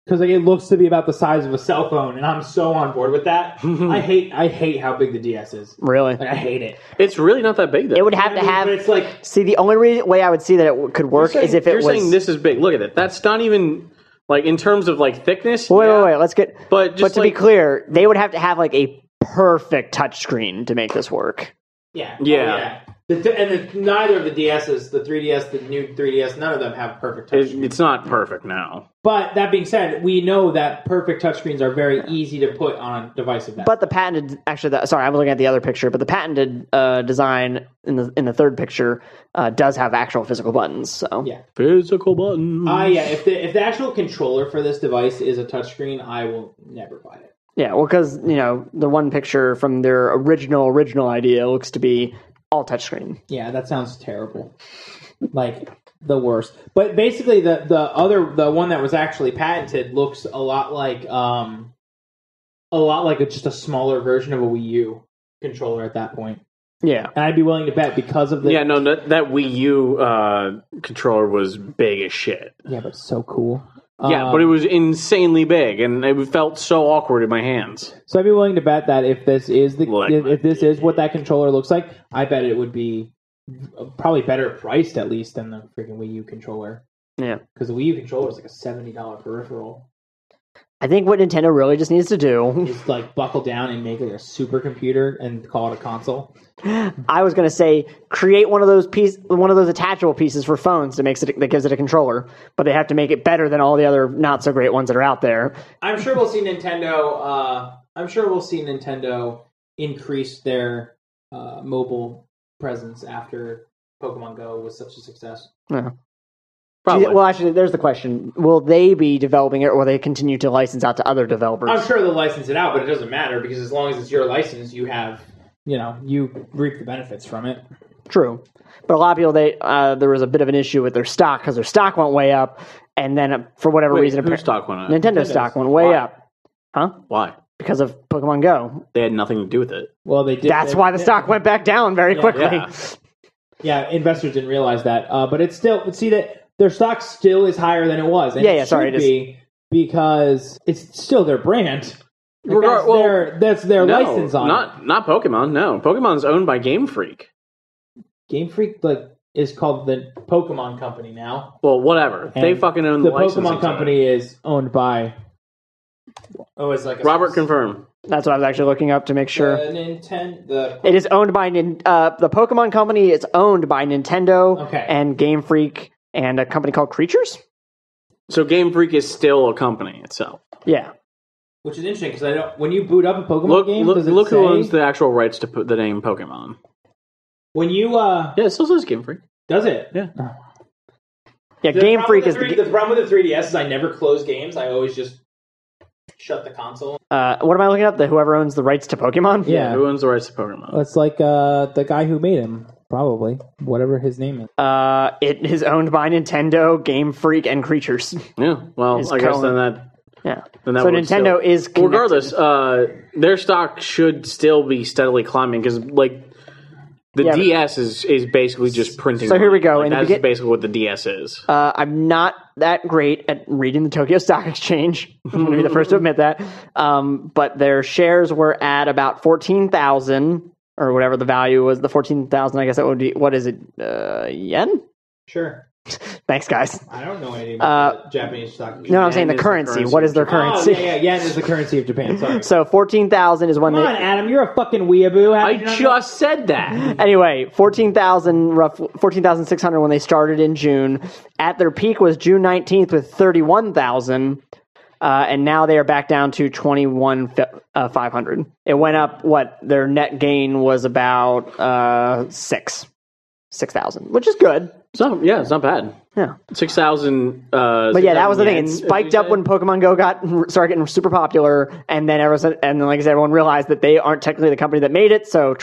because like it looks to be about the size of a cell phone, and I'm so on board with that. I hate, I hate how big the DS is. Really? Like I hate it. it's really not that big, though. It would have I to mean, have. but it's like See, the only re- way I would see that it w- could work You're saying- is if it you're was. saying this is big. Look at it. That's not even Like in terms of like thickness. Wait, yeah. wait, wait. Let's get. But but just to like, be clear, they would have to have like a perfect touchscreen to make this work. Yeah. Yeah. The th- and the, neither of the DSs, the 3DS, the new 3DS, none of them have perfect touch. it, it's not perfect now. But that being said, we know that perfect touchscreens are very easy to put on a device of that. But the patented, actually, the, sorry, I'm looking at the other picture. But the patented uh, design in the in the third picture uh, does have actual physical buttons. So Yeah. Physical button. Ah, yeah. If the if the actual controller for this device is a touchscreen, I will never buy it. yeah, well, because you know the one picture from their original original idea looks to be all touchscreen. Yeah, that sounds terrible. Like the worst. But basically, the the other the one that was actually patented looks a lot like um, a lot like a, just a smaller version of a Wii U controller at that point. Yeah, And I'd be willing to bet because of the Yeah, no, that, that Wii U uh, controller was big as shit. yeah, but so cool. yeah, Um, but it was insanely big, and it felt so awkward in my hands. So I'd be willing to bet that if this is the Like if, my if this is what that controller looks like, I bet it would be probably better priced at least than the freaking Wii U controller. Yeah. because the Wii U controller is like a seventy dollar peripheral. I think what Nintendo really just needs to do. It's like buckle down and make like a supercomputer and call it a console. I was gonna say create one of those piece, one of those attachable pieces for phones that makes it that gives it a controller, but they have to make it better than all the other not so great ones that are out there. I'm sure we'll see Nintendo. Uh, I'm sure we'll see Nintendo increase their uh, mobile presence after Pokemon Go was such a success. Probably. Well, actually, there's the question: Will they be developing it, or will they continue to license out to other developers? I'm sure they'll license it out, but it doesn't matter because as long as it's your license, you have, you know, you reap the benefits from it. True, but a lot of people they uh, there was a bit of an issue with their stock because their stock went way up, and then uh, for whatever Wait, reason, whose apparent- stock went up? Nintendo stock went way Why? up Why? because of Pokemon Go. They had nothing to do with it. Well, they did. That's they- why the stock went back down very quickly. yeah. Yeah, investors didn't realize that, uh, but it's still see that their stock still is higher than it was. And Yeah, it yeah, sorry, should it is. be because it's still their brand. Like, Regar- that's well, their that's their no, license on it. not not Pokemon. No, Pokemon's owned by Game Freak. Game Freak like is called the Pokemon Company now. Well, whatever. they And fucking own The licensing to Pokemon it. Company is owned by. Oh, it's like a Robert, confirm. That's what I was actually looking up to make sure. The Nintendo. Uh, The It is owned by Nin- uh, the Pokemon Company. It's owned by Nintendo Okay. and Game Freak and a company called Creatures. So Game Freak is still a company itself. Yeah, Which is interesting because I don't. When you boot up a Pokemon Look, game, look, does it look say, who owns the actual rights to put the name Pokemon. when you uh Yeah, it still says Game Freak. does it? Yeah. yeah. The Game problem Freak with is the, the, 3 the problem with the 3DS is I never close games. I always just shut the console. uh, what am I looking up? The whoever owns the rights to Pokemon. Who owns the rights to Pokemon? it's like uh the guy who made him probably whatever his name is. Uh, it is owned by Nintendo, Game Freak, and Creatures. Yeah. Well, Is I guess Cohen- then that Yeah. then that so works Nintendo still. is Well, connected. regardless, uh, their stock should still be steadily climbing because, like, the Yeah, but- DS is is basically just printing. So here we go. Like, In the that's begin- basically what the DS is. Uh, I'm not that great at reading the Tokyo Stock Exchange. I'm going to be the first to admit that. Um, but their shares were at about fourteen thousand or whatever the value was. The fourteen thousand, I guess that would be what is it uh, yen? Sure. Thanks, guys. I don't know anything about about Japanese stock. No, I'm saying the is the currency. currency What of is their Japan. currency? Oh, yeah, yeah, yen is the currency of Japan. Sorry. So fourteen thousand is when Come they. on, Adam, you're a fucking weeaboo. How I did you not know- just said that. Anyway, 14,000 rough 14,600 when they started in June. At their peak was June 19th with 31,000. Uh, and now they are back down to 21 fi- uh, 500. It went up what their net gain was about uh 6 6,000, which is good. It's not, yeah, it's not bad. Yeah. Six thousand. Uh, But yeah, that was the 6,000 thing. yen, It as we spiked up said. when Pokemon Go got started getting super popular and then everyone said- and then like I said everyone realized that they aren't technically the company that made it, so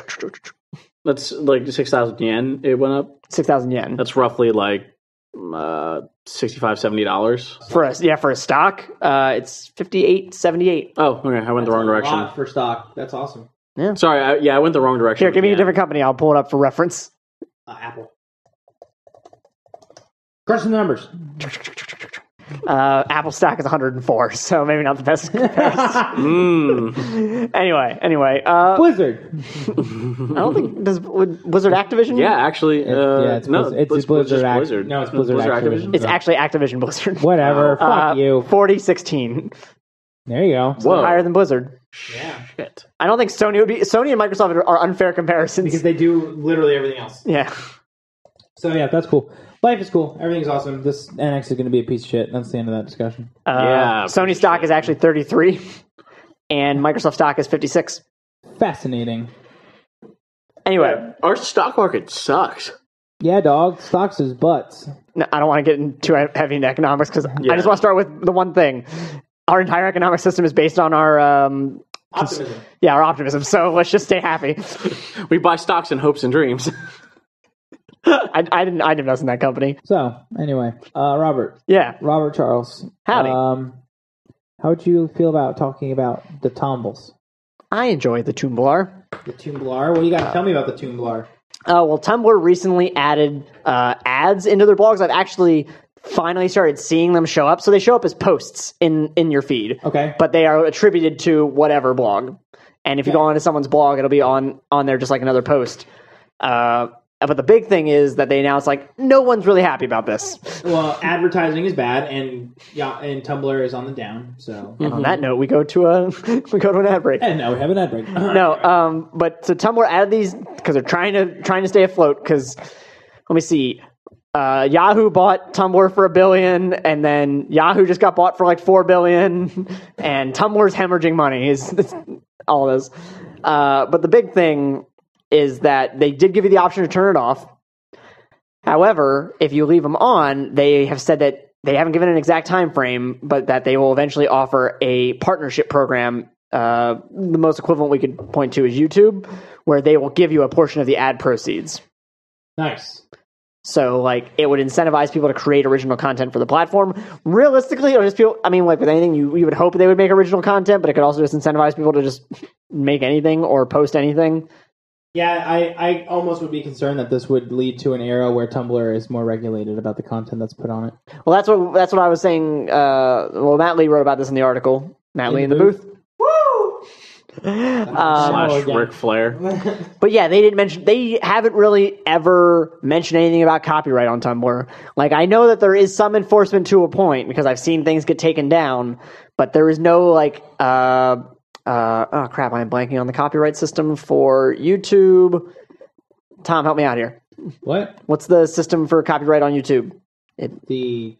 that's like six thousand yen. It went up. 6,000 yen. That's roughly like uh, 65 dollars. for a yeah for a stock uh it's 58 78 Oh, okay, I went the That's a wrong direction. lot for stock. That's awesome. Sorry, I, yeah, I went the wrong direction. here give me Yeah. a different company i'll pull it up for reference Uh, Apple. Crunch the numbers. Uh, Apple stock is 104, so maybe not the best comparison. Hmm. anyway, anyway, uh, Blizzard. I don't think does would Blizzard Activision. Yeah, actually, uh, yeah, it's no, Blizz- it's Blizz- Blizzard just Act- Blizzard. no, it's Blizzard Activision. it's actually Activision Blizzard. Whatever. Uh, Fuck you. 4016 There you go. Whoa, higher than Blizzard. shit. I don't think Sony would be Sony and Microsoft are unfair comparisons. Because they do literally everything else. yeah. So yeah, that's cool. Life is cool. Everything's awesome. This NX is going to be a piece of shit. That's the end of that discussion. Uh, Yeah, Sony stock is actually 33 and Microsoft stock is 56. Fascinating. Anyway, Our stock market sucks. Yeah, dog. Stocks is butts. no, I don't want to get into too heavy into economics because Yeah. I just want to start with the one thing. Our entire economic system is based on our um, Optimism. yeah, our optimism. So let's just stay happy. We buy stocks in hopes and dreams. Um, I, I didn't I didn't invest in that company. So anyway, uh, Robert, Yeah. Robert Charles. Howdy. Um, how would you feel about talking about the Tombles? I enjoy the Tumblr. The Tumblar. What you got to tell me about the Tumblar? Uh, well, Tumblr recently added uh, ads into their blogs. I've actually finally started seeing them show up. So they show up as posts in in your feed, Okay. but they are attributed to whatever blog. And if you go onto someone's blog, it'll be on on there just like another post. Uh, but the big thing is that they announced like no one's really happy about this. Well, advertising is bad, and yeah, and Tumblr is on the down. So And on that note, we go to a we go to an ad break. and now we have an ad break. no um but so tumblr added these because they're trying to trying to stay afloat because let me see uh, Yahoo bought Tumblr for a billion, and then Yahoo just got bought for like four billion, and Tumblr's hemorrhaging money. Is is all this? Uh, but the big thing is that they did give you the option to turn it off. However, if you leave them on, they have said that they haven't given an exact time frame, but that they will eventually offer a partnership program. Uh, the most equivalent we could point to is YouTube, where they will give you a portion of the ad proceeds. nice. So like it would incentivize people to create original content for the platform. Realistically, it'll just feel I mean, like with anything you, you would hope they would make original content, but it could also just incentivize people to just make anything or post anything. Yeah, I, I almost would be concerned that this would lead to an era where Tumblr is more regulated about the content that's put on it. Well that's what that's what I was saying uh, well Matt Lee wrote about this in the article. Matt Lee in the booth. Slash again. Ric Flair. But yeah, they didn't mention. They haven't really ever mentioned anything about copyright on Tumblr. Like I know that there is some enforcement to a point because I've seen things get taken down, but there is no like. Uh, uh, oh crap! I'm blanking on the copyright system for YouTube. Tom, help me out here. What What's the system for copyright on YouTube? the the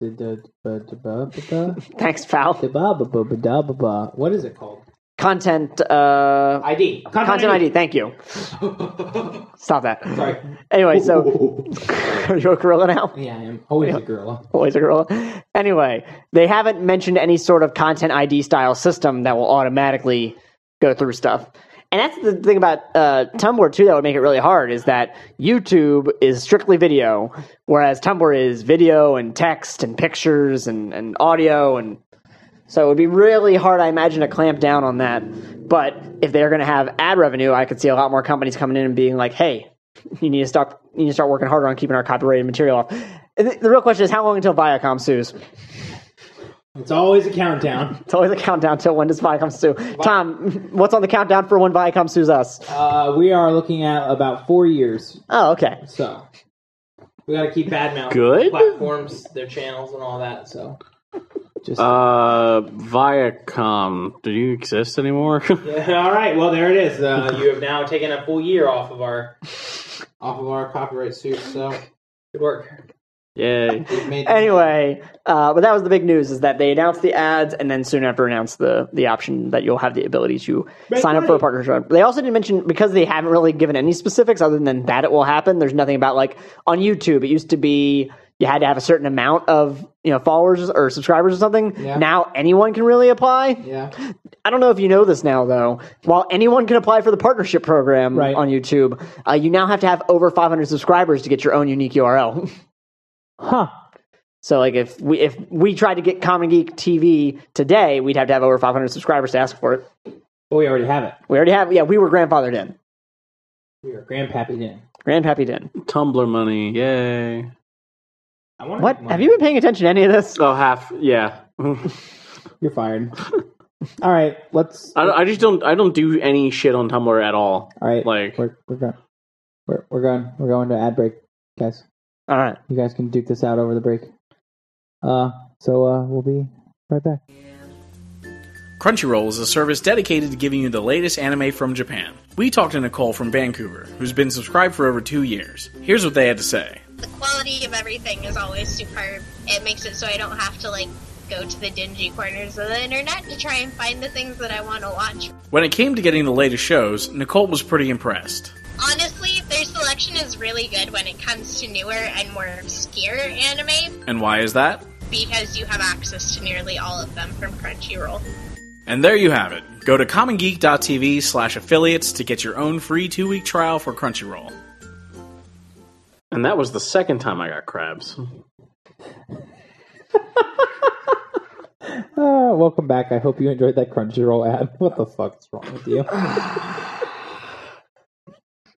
the ba- da- ba- ba- da- Thanks, pal. da- ba- ba- ba- ba- da- ba- ba. what is it called? Content. Uh, ID. Content, content ID. Thank you. Stop that. Sorry. Anyway, so are you a gorilla now? Yeah, I am always a gorilla. Always a gorilla. Anyway, they haven't mentioned any sort of content ID style system that will automatically go through stuff. And that's the thing about uh, Tumblr too that would make it really hard is that YouTube is strictly video, whereas Tumblr is video and text and pictures and, and audio and so it would be really hard, I imagine, to clamp down on that. But if they're going to have ad revenue, I could see a lot more companies coming in and being like, "Hey, you need to stop. You need to start working harder on keeping our copyrighted material off." And The the real question is, how long until Viacom sues? It's always a countdown. It's always a countdown till when does Viacom sue? Tom, what's on the countdown for when Viacom sues us? Uh, we are looking at about four years, Oh, okay. so we got to keep bad mouth Good? platforms, their channels, and all that. So just Uh, Viacom. Do you exist anymore? Yeah, all right. Well, there it is. Uh, you have now taken a full year off of our off of our copyright suit. So good work. Yay. You've made- Anyway, uh, but that was the big news is that they announced the ads and then soon after announced the, the option that you'll have the ability to sign up for a partnership. They also didn't mention because they haven't really given any specifics other than that it will happen. There's nothing about like on YouTube. It used to be you had to have a certain amount of you know followers or subscribers or something. Yeah. Now anyone can really apply. yeah. I don't know if you know this now, though. While anyone can apply for the partnership program Right. on YouTube, uh, you now have to have over 500 subscribers to get your own unique URL. Huh. So, like, if we if we tried to get Common Geek TV today, we'd have to have over 500 subscribers to ask for it. Well, we already have it. We already have. Yeah, we were grandfathered in. We are grandpappy in. Grandpappy did. Tumblr money. Yay. I want What? Have you been paying attention to any of this? Oh, half. Yeah. You're fired. All right, let's. I, don't- I just don't. I don't do any shit on Tumblr at all. All right, Like, we're we're going, we're we're going, we're going to ad break, guys. All right. You guys can duke this out over the break. Uh, so uh, we'll be right back. Crunchyroll is a service dedicated to giving you the latest anime from Japan. We talked to Nicole from Vancouver, who's been subscribed for over two years. Here's what they had to say. the quality of everything is always superb. It makes it so I don't have to like go to the dingy corners of the internet to try and find the things that I want to watch. When it came to getting the latest shows, Nicole was pretty impressed. Honestly, their selection is really good when it comes to newer and more obscure anime And why is that? because you have access to nearly all of them from Crunchyroll. And there you have it. Go to commongeek.tv slash affiliates to get your own free two week trial for Crunchyroll. and that was the second time I got crabs. Uh, welcome back. I hope you enjoyed that Crunchyroll ad. What the fuck's wrong with you?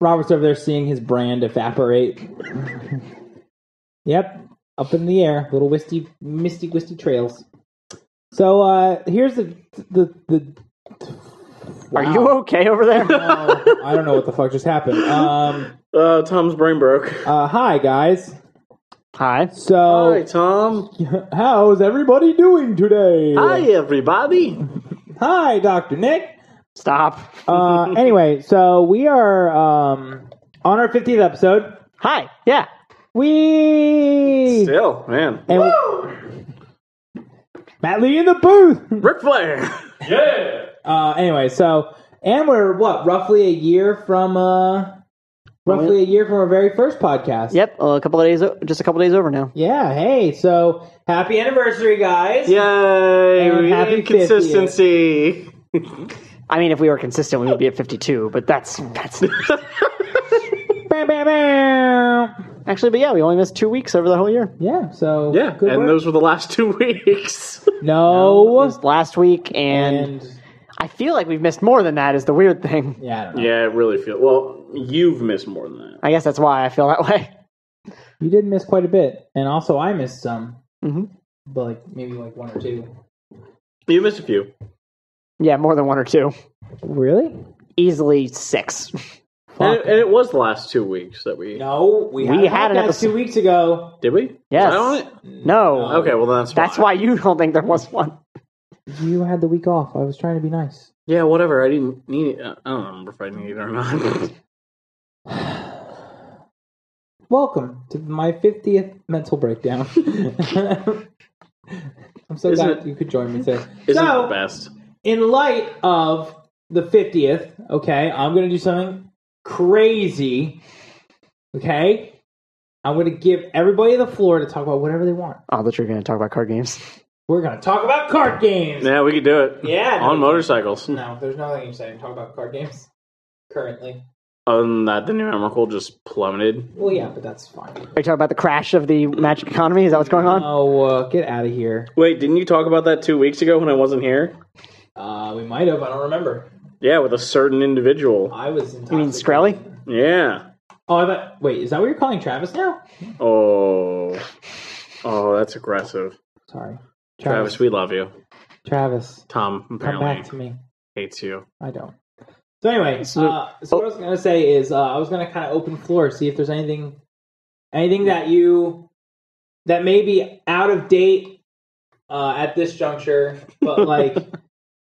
Robert's over there seeing his brand evaporate. yep, up in the air, little wisty, misty, wisty trails. So uh here's the the the. Are you okay over there? Oh, I don't know what the fuck just happened. Um, Uh, Tom's brain broke. uh, hi guys. Hi. So Hi, Tom. How's everybody doing today? Hi, everybody. Hi, Dr. Nick. Stop. Uh, anyway, so we are um, on our 50th episode. Hi. Yeah. We Still, man. and Matt Lee in the booth. Ric Flair. Uh, anyway, so and we're what roughly a year from uh, roughly a year from our very first podcast. Yep. A couple of days. o- Just a couple of days over now. Yeah. Hey. So happy anniversary, guys. Yay! And we happy need consistency. I mean, if we were consistent, we would be at fifty-two. But that's that's Bam, bam, bam. actually. But yeah, we only missed two weeks over the whole year. Yeah. So Yeah, Good and work. those were the last two weeks. Um, It no. was last week, and, and I feel like we've missed more than that. Is the weird thing. yeah. I don't know. yeah, I really feel. Well, you've missed more than that. I guess that's why I feel that way. You did miss quite a bit, and also I missed some, Mhm. but like maybe like one or two. You missed a few. Yeah, more than one or two. Really? Easily six. And it, and it was the last two weeks that we. No, we We had had an an two weeks ago. Did we? Yes. Was I on it? No. Okay, well, that's That's why you don't think there was one. You had the week off. I was trying to be nice. Yeah, whatever. I didn't need it. I don't remember if I needed it or not. Welcome to my fiftieth mental breakdown. I'm so Isn't glad it- you could join me today. Isn't it the so, best? in light of the fiftieth, okay, I'm gonna do something crazy. Okay, I'm gonna give everybody the floor to talk about whatever they want. Oh, that you're going to talk about card games. We're gonna talk about card games. Yeah, we could do it. Yeah, on motorcycles. No, there's nothing exciting to talk about card games currently. Other than Um, that, the numerical just plummeted. Well, yeah, but that's fine. Are you talking about the crash of the magic economy? Is that what's going on? Oh, uh, get out of here. Wait, didn't you talk about that two weeks ago when I wasn't here? Uh, we might have. I don't remember. Yeah, with a certain individual. I was. Intoxicated. you mean Skrelly? Yeah. Oh, I thought, wait. Is that what you're calling Travis now? Oh. Oh, that's aggressive. Sorry, Travis, we love you. Travis, Tom come apparently back to me. hates you. I don't. So anyway, uh, so what I was gonna say is uh, I was gonna kind of open floor, see if there's anything, anything that you that may be out of date uh, at this juncture, but like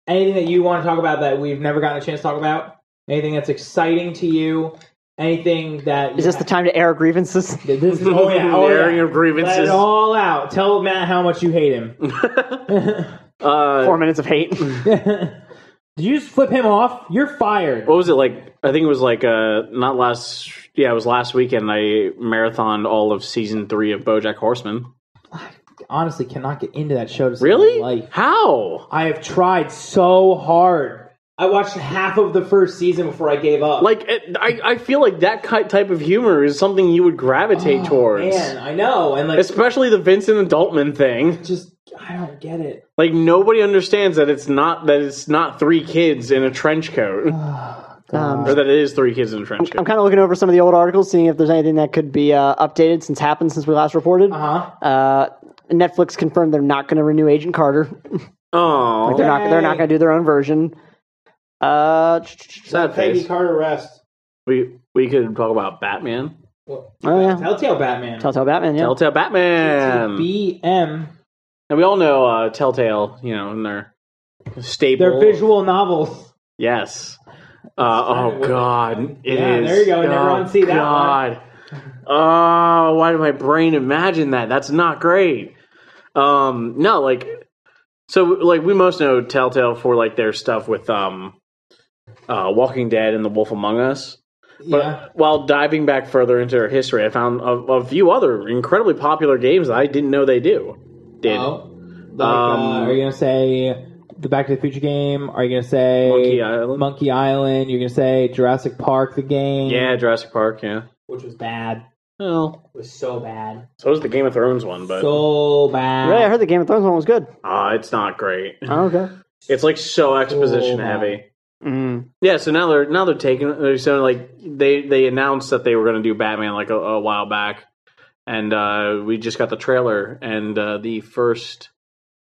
anything that you want to talk about that we've never gotten a chance to talk about, anything that's exciting to you, anything that Is this the time to air grievances? time? This is oh yeah, oh, Airing yeah. of grievances. Let it all out. Tell Matt how much you hate him. Uh, Four minutes of hate. Did you just flip him off? You're fired. what was it like? I think it was like uh, not last. Yeah, it was last weekend. I marathoned all of season three of BoJack Horseman. Honestly, cannot get into that show to save Really? my life. How? I have tried so hard. I watched half of the first season before I gave up. Like, it, I, I feel like that ki- type of humor is something you would gravitate towards. man, I know, and like Especially the Vincent Adultman thing. just I don't get it. Like nobody understands that it's not that it's not three kids in a trench coat. Um, Or that it is three kids in a trench I'm coat. kind of looking over some of the old articles, seeing if there's anything that could be uh, updated since happened since we last reported. Uh-huh. Uh, Netflix confirmed they're not going to renew Agent Carter. Oh, They're not. They're not Yay. going to do their own version. Uh, sad Peggy face. Carter rest. We we could talk about Batman. oh yeah, Telltale Batman. Telltale Batman. Yeah, Telltale Batman. BM. And we all know uh, Telltale, you know, and their staple. They're visual novels. Yes. Uh, Started oh with- God! It is. Yeah, there you go. Never oh, unsee that God. Oh, why did my brain imagine that? That's not great. Um, no, like, so like we most know Telltale for like their stuff with um, uh, Walking Dead and The Wolf Among Us. But Yeah. while diving back further into their history, I found a, a few other incredibly popular games that I didn't know they do. Did Oh. Like, uh, Um, are you gonna say the Back to the Future game? Are you gonna say Monkey Island? Monkey Island? You're gonna say Jurassic Park the game? yeah, Jurassic Park. Yeah. which was bad. Well, It was so bad, so was the Game of Thrones one, but so bad. really, I heard the Game of Thrones one was good. uh, it's not great. Oh, okay. It's like so exposition heavy. Mm. Oh, Yeah, so now they're now they're taking they're so like they they announced that they were going to do Batman like a, a while back, and uh, we just got the trailer and uh, the first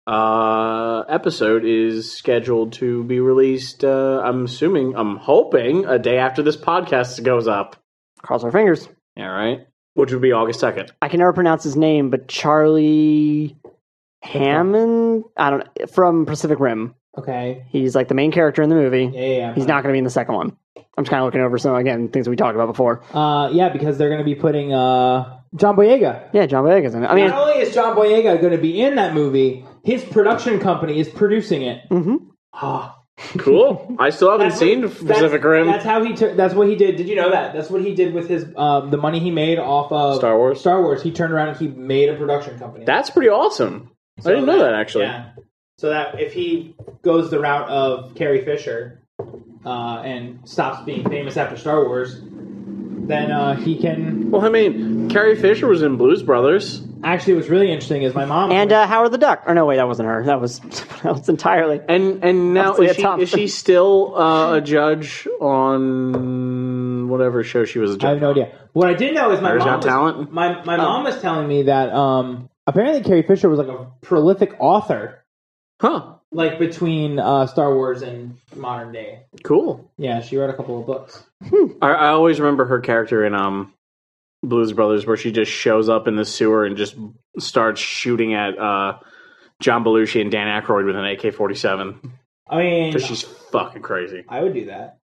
uh, episode is scheduled to be released. Uh, I'm assuming I'm hoping a day after this podcast goes up. Cross our fingers. Yeah, right. Which would be August second. I can never pronounce his name, but Charlie Hammond. I don't know, from Pacific Rim. Okay. He's like the main character in the movie. Yeah, yeah. yeah. He's not going to be in the second one. I'm just kind of looking over some again things we talked about before. Uh, yeah, because they're gonna be putting uh, John Boyega. Yeah, John Boyega's in it. I mean, Not only is John Boyega going to be in that movie, his production company is producing it. mhm. Ah. Cool. I still haven't That's what- seen Pacific Rim. That's how he took. That's what he did. Did you know that? That's what he did with his um, the money he made off of Star Wars? Star Wars. He turned around and he made a production company. That's pretty awesome. I didn't know that actually. Yeah. So that if he goes the route of Carrie Fisher uh, and stops being famous after Star Wars, then uh, he can. Well, I mean, Carrie Fisher was in Blues Brothers. Actually, what's really interesting is my mom and uh, Howard the Duck. Or no, wait, that wasn't her. That was someone else entirely. And and now Obviously is a she, top. is she still uh, a judge on whatever show she was a judge? I have no on? idea. What I did know is my There's mom Got was, Talent? My Oh. my mom was telling me that um, apparently Carrie Fisher was like a prolific author, Huh. like between uh, Star Wars and modern day. Cool. Yeah, she wrote a couple of books. I, I always remember her character in um Blues Brothers, where she just shows up in the sewer and just starts shooting at uh, John Belushi and Dan Aykroyd with an AK forty seven I mean, because she's fucking crazy. I would do that.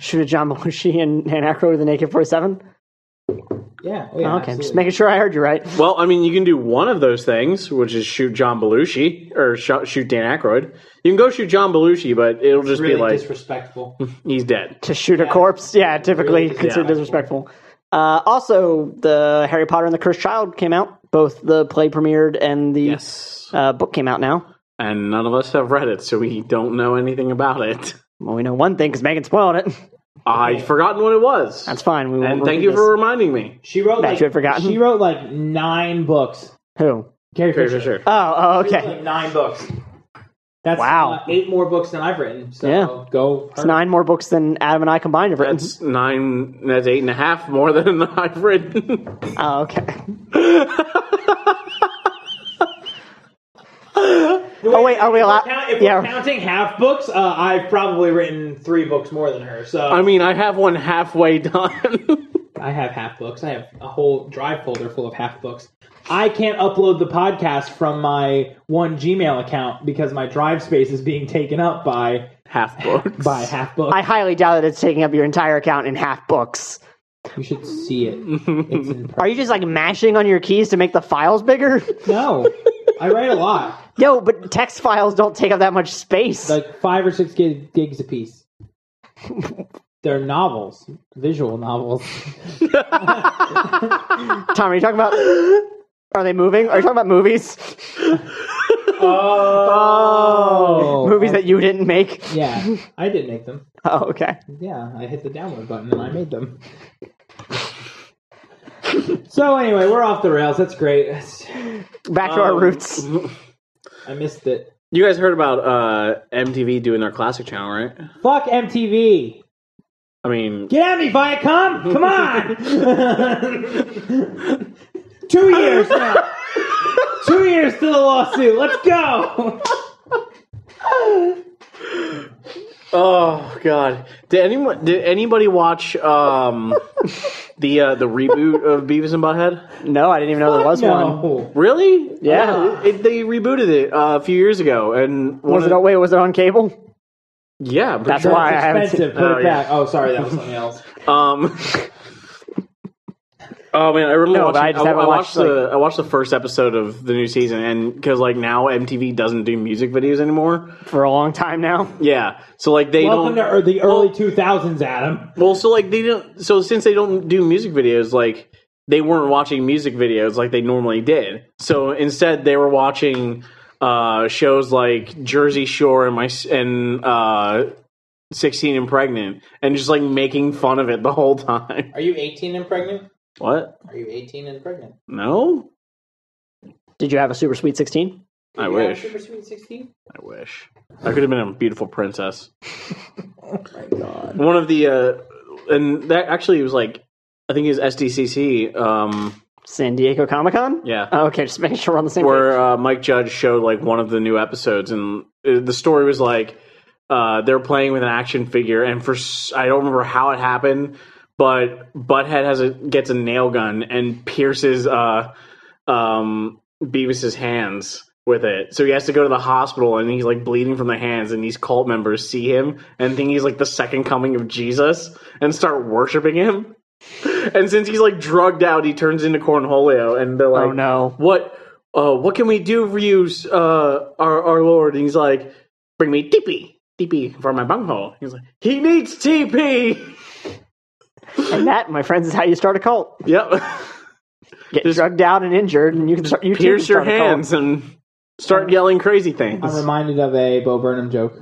Shoot at John Belushi and Dan Aykroyd with an AK-47. Yeah. oh, Oh, yeah, okay, I'm just absolutely. making sure I heard you right. Well, I mean, you can do one of those things, which is shoot John Belushi or shot, shoot Dan Aykroyd. You can go shoot John Belushi, but it'll just really be like disrespectful. he's dead. To shoot a corpse, yeah, typically Really considered disrespectful. disrespectful. Uh, also, the Harry Potter and the Cursed Child came out. Both the play premiered and the Yes. uh, book came out now. And none of us have read it, so we don't know anything about it. Well, we know one thing because Megan spoiled it. I'd forgotten what it was. That's fine. We won't and thank repeat you this. for reminding me. She wrote That like you had forgotten? she wrote like nine books. who. Carrie Very Fisher. for sure. Oh, oh, She wrote, okay. like, nine books. That's Wow. uh, eight more books than I've written. So Yeah. go. It's nine more books than Adam and I combined have written. That's nine. That's eight and a half more than I've written. Oh, okay. oh wait, are we allowed? Count- if we're Yeah, counting half books, uh, I've probably written three books more than her. So I mean, I have one halfway done. I have half books. I have a whole drive folder full of half books. I can't upload the podcast from my one Gmail account because my drive space is being taken up by half books. by half books. I highly doubt that it's taking up your entire account in half books. you should see it. It's impressive. Are you just like mashing on your keys to make the files bigger? No, I write a lot, no, but text files don't take up that much space. like five or six gig- gigs a piece. They're novels, visual novels. Tom, are you talking about? Are they moving? Are you talking about movies? Oh, movies that you didn't make? yeah, I did make them. Oh, okay. Yeah, I hit the download button and I made them. so anyway, we're off the rails. That's great. That's- Back to our Um, roots. I missed it. You guys heard about uh, MTV doing their classic channel, right? Fuck MTV. I mean, Get at me, Viacom! Come on! Two years now. Two years to the lawsuit. Let's go. oh god, did anyone did anybody watch um the uh, the reboot of Beavis and Butthead? No, I didn't even know there was one. No. Really? Yeah. Uh, it, they rebooted it uh, a few years ago, and one Was of it? the- On, wait, was it on cable? Yeah, I'm pretty That's sure. why I haven't seen. Expensive. Put Oh, it yeah. back. Oh, sorry, that was something else. Um. oh man, I remember No, but watching. I just I, haven't I watched, watched, the I watched the first episode of the new season, and because like now MTV doesn't do music videos anymore. for a long time now. Yeah, so like they Welcome to don't. er- the early two thousands, Adam. well, so like they don't. So since they don't do music videos, like they weren't watching music videos like they normally did. So instead, they were watching uh shows like Jersey Shore and my s- and uh 16 and pregnant and just like making fun of it the whole time. Are you eighteen and pregnant? What? Are you eighteen and pregnant? No? Did you have a super sweet sixteen? I wish. Super sweet sixteen. I wish. I could have been a beautiful princess. oh my god. One of the uh and that actually was like I think it was SDCC um San Diego Comic Con. yeah. Okay, just making sure we're on the same page. where uh, Mike Judge showed like one of the new episodes, and uh, the story was like uh, they're playing with an action figure, and for s- I don't remember how it happened, but Butthead has a gets a nail gun and pierces uh, um, Beavis's hands with it, so he has to go to the hospital, and he's like bleeding from the hands, and these cult members see him and think he's like the second coming of Jesus, and start worshiping him. And since he's like drugged out, he turns into Cornholio, and they're like, Oh no. what uh what can we do for you uh our our lord and he's like bring me tp tp for my bunghole he's like he needs tp And that, my friends, is how you start a cult. yep Get Just- drugged out and injured, and you can start. You too pierce can your start a cult. hands and start yelling crazy I'm things reminded of a Bo Burnham joke.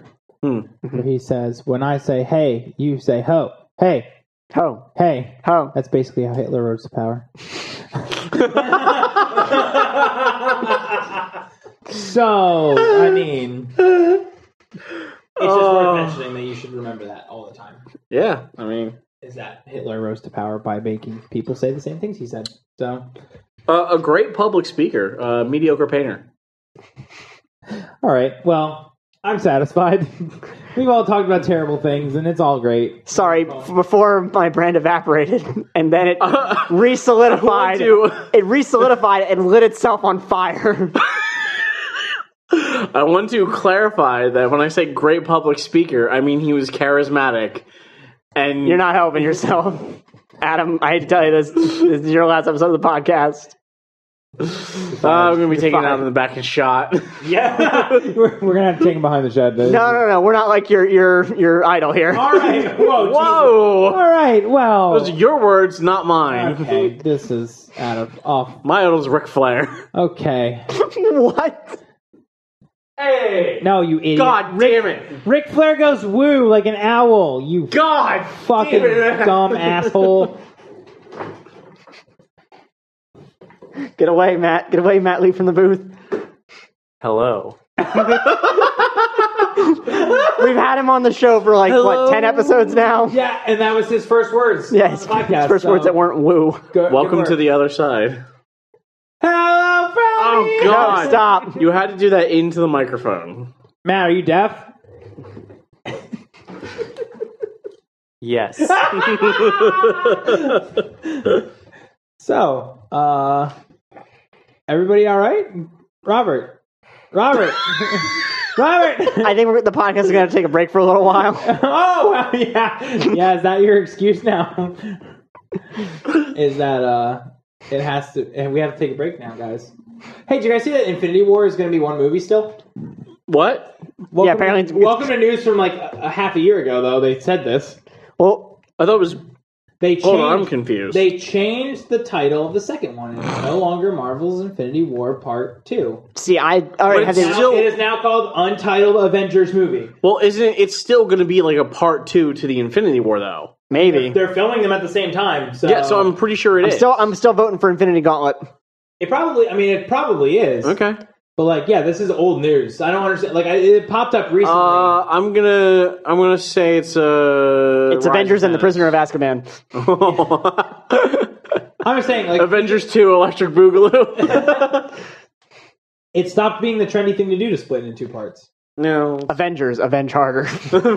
Hmm. Where he says, "When I say hey, you say ho. Hey, Ho, hey." ho. That's basically how Hitler rose to power. so, I mean, it's just Oh. worth mentioning that you should remember that all the time. yeah i mean Is that Hitler rose to power by making people say the same things he said? So, uh, a great public speaker uh mediocre painter all right. Well, I'm satisfied. We've all talked about terrible things, and it's all great. Sorry, f- before my brand evaporated, and then it I re-solidified. do. It re-solidified and lit itself on fire. I want to clarify that when I say great public speaker, I mean he was charismatic, and You're not helping yourself, Adam. I tell you this, this is your last episode of the podcast. Uh, I'm gonna be taken fine. out in the back and shot. Yeah, we're, we're gonna have to take him behind the shed. Though. No, no, no. We're not like your your your idol here. All right. Whoa. Jesus. Whoa! All right. Well. Those are your words, not mine. Okay, this is out of off. My idol's Ric Flair. Okay. what? Hey! No, you idiot. God damn it! Ric Flair goes woo like an owl. You God! fucking damn it. dumb asshole. Get away, Matt. Get away, Matt. Leave from the booth. Hello. We've had him on the show for like what ten episodes now. Yeah, and that was his first words. Yeah, his, on the his podcast, uh, first so words that weren't woo. go- good Welcome work. to the other side. Hello, Freddy. Oh, God! No, stop. You had to do that into the microphone. Matt, are you deaf? Yes. So, uh, everybody, all right? Robert, Robert, Robert. I think we're, the podcast is going to take a break for a little while. oh well, yeah yeah is that your excuse now is that uh it has to and we have to take a break now guys hey did you guys see that infinity war is going to be one movie still What? welcome, apparently it's- welcome to news from like a, a half a year ago though they said this Well, I thought it was. they changed, Hold on, I'm confused. they changed the title of the second one and it's no longer marvel's infinity war part two see, I already But had it's this. Now, Still- it is now called untitled avengers movie well, isn't it? It's still gonna be like a part two to the Infinity War, though. Maybe. they're filming them at the same time so yeah, so I'm pretty sure it Oh. I'm is. still, I'm still voting for Infinity Gauntlet. it probably i mean it probably is Okay. But like, yeah, this is old news. I don't understand. Like, I, it popped up recently. Uh, I'm gonna I'm gonna say it's uh It's Avengers and the Prisoner of Azkaban. Prisoner. I'm saying like Avengers Two: Electric Boogaloo. it stopped being the trendy thing to do to split it in two parts. no. Avengers, avenge harder.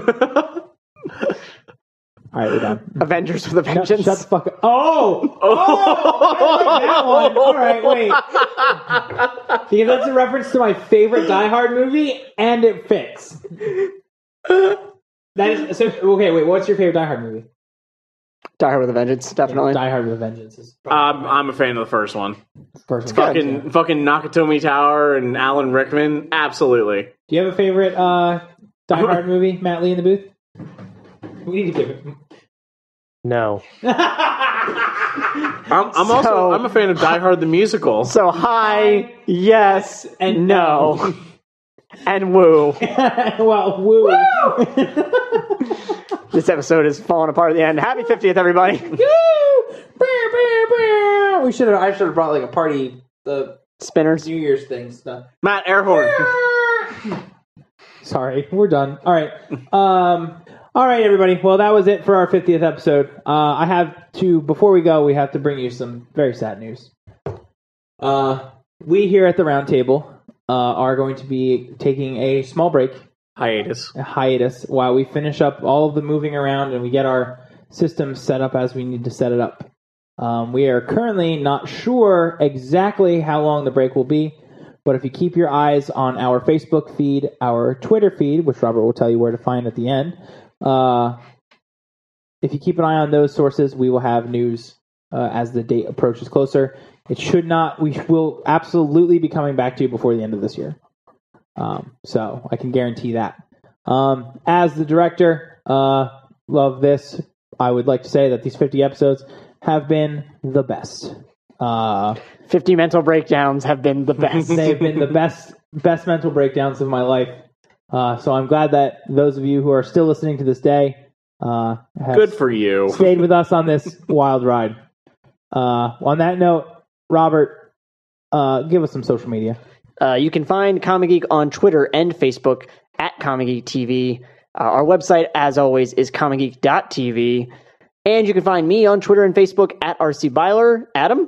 All right, we're done. Avengers with a Shut vengeance. the fuck up. Oh, oh, I like that one. All right, wait. Because that's a reference to my favorite Die Hard movie, and it fits. That is so. Okay, wait. What's your favorite Die Hard movie? Die Hard with a vengeance, definitely. Die Hard with a Vengeance is I'm, I'm a fan of the first one. first one. Fucking fucking Nakatomi Tower and Alan Rickman. Absolutely. Do you have a favorite uh, Die Hard movie? Matt Lee in the booth. We need to give it. No. I'm, I'm So- also I'm a fan of Die Hard the musical. So hi, yes, and no, and woo. well, woo. This episode is falling apart at the end. Happy 50th, everybody. We should have. I should have brought like a party. The Spinners. New Year's thing stuff. Matt Airhorn. Sorry, we're done. All right. Um, all right, everybody. Well, that was it for our 50th episode. Uh, I have to, before we go, we have to bring you some very sad news. Uh, we here at the Roundtable uh, are going to be taking a small break, Hiatus. a hiatus, while we finish up all of the moving around and we get our system set up as we need to set it up. Um, we are currently not sure exactly how long the break will be, but if you keep your eyes on our Facebook feed, our Twitter feed, which Robert will tell you where to find at the end, uh, if you keep an eye on those sources, we will have news uh, as the date approaches closer. It should not, we will absolutely be coming back to you before the end of this year. Um, so I can guarantee that. Um, as the director uh, of this, I would like to say that these 50 episodes have been the best. Uh, 50 mental breakdowns have been the best. they've been the best best mental breakdowns of my life. Uh, so I'm glad that those of you who are still listening to this day uh, have Good for you. stayed with us on this wild ride. Uh, on that note, Robert, uh, give us some social media. Uh, you can find Comic Geek on Twitter and Facebook at Comic Geek TV. Uh, our website, as always, is comicgeek.tv. And you can find me on Twitter and Facebook at RC Byler. Adam?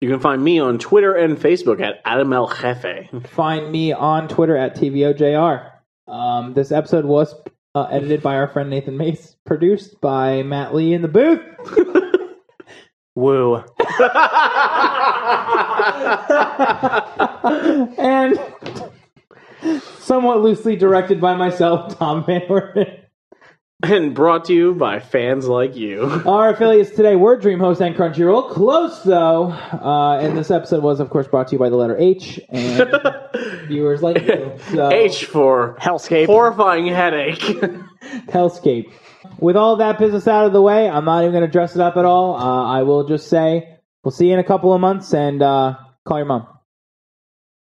You can find me on Twitter and Facebook at Adam El Jefe. Find me on Twitter at TVOJR. Um, this episode was uh, edited by our friend Nathan Mace, produced by Matt Lee in the booth. Woo. and somewhat loosely directed by myself, Tom Van Worden. And brought to you by fans like Oh. you. Our affiliates today were DreamHost and Crunchyroll. Close though, uh, and this episode was, of course, brought to you by the letter H and viewers like you. So, H for Hellscape. horrifying headache. Hellscape. With all that business out of the way, I'm not even going to dress it up at all. Uh, I will just say we'll see you in a couple of months, and uh, call your mom.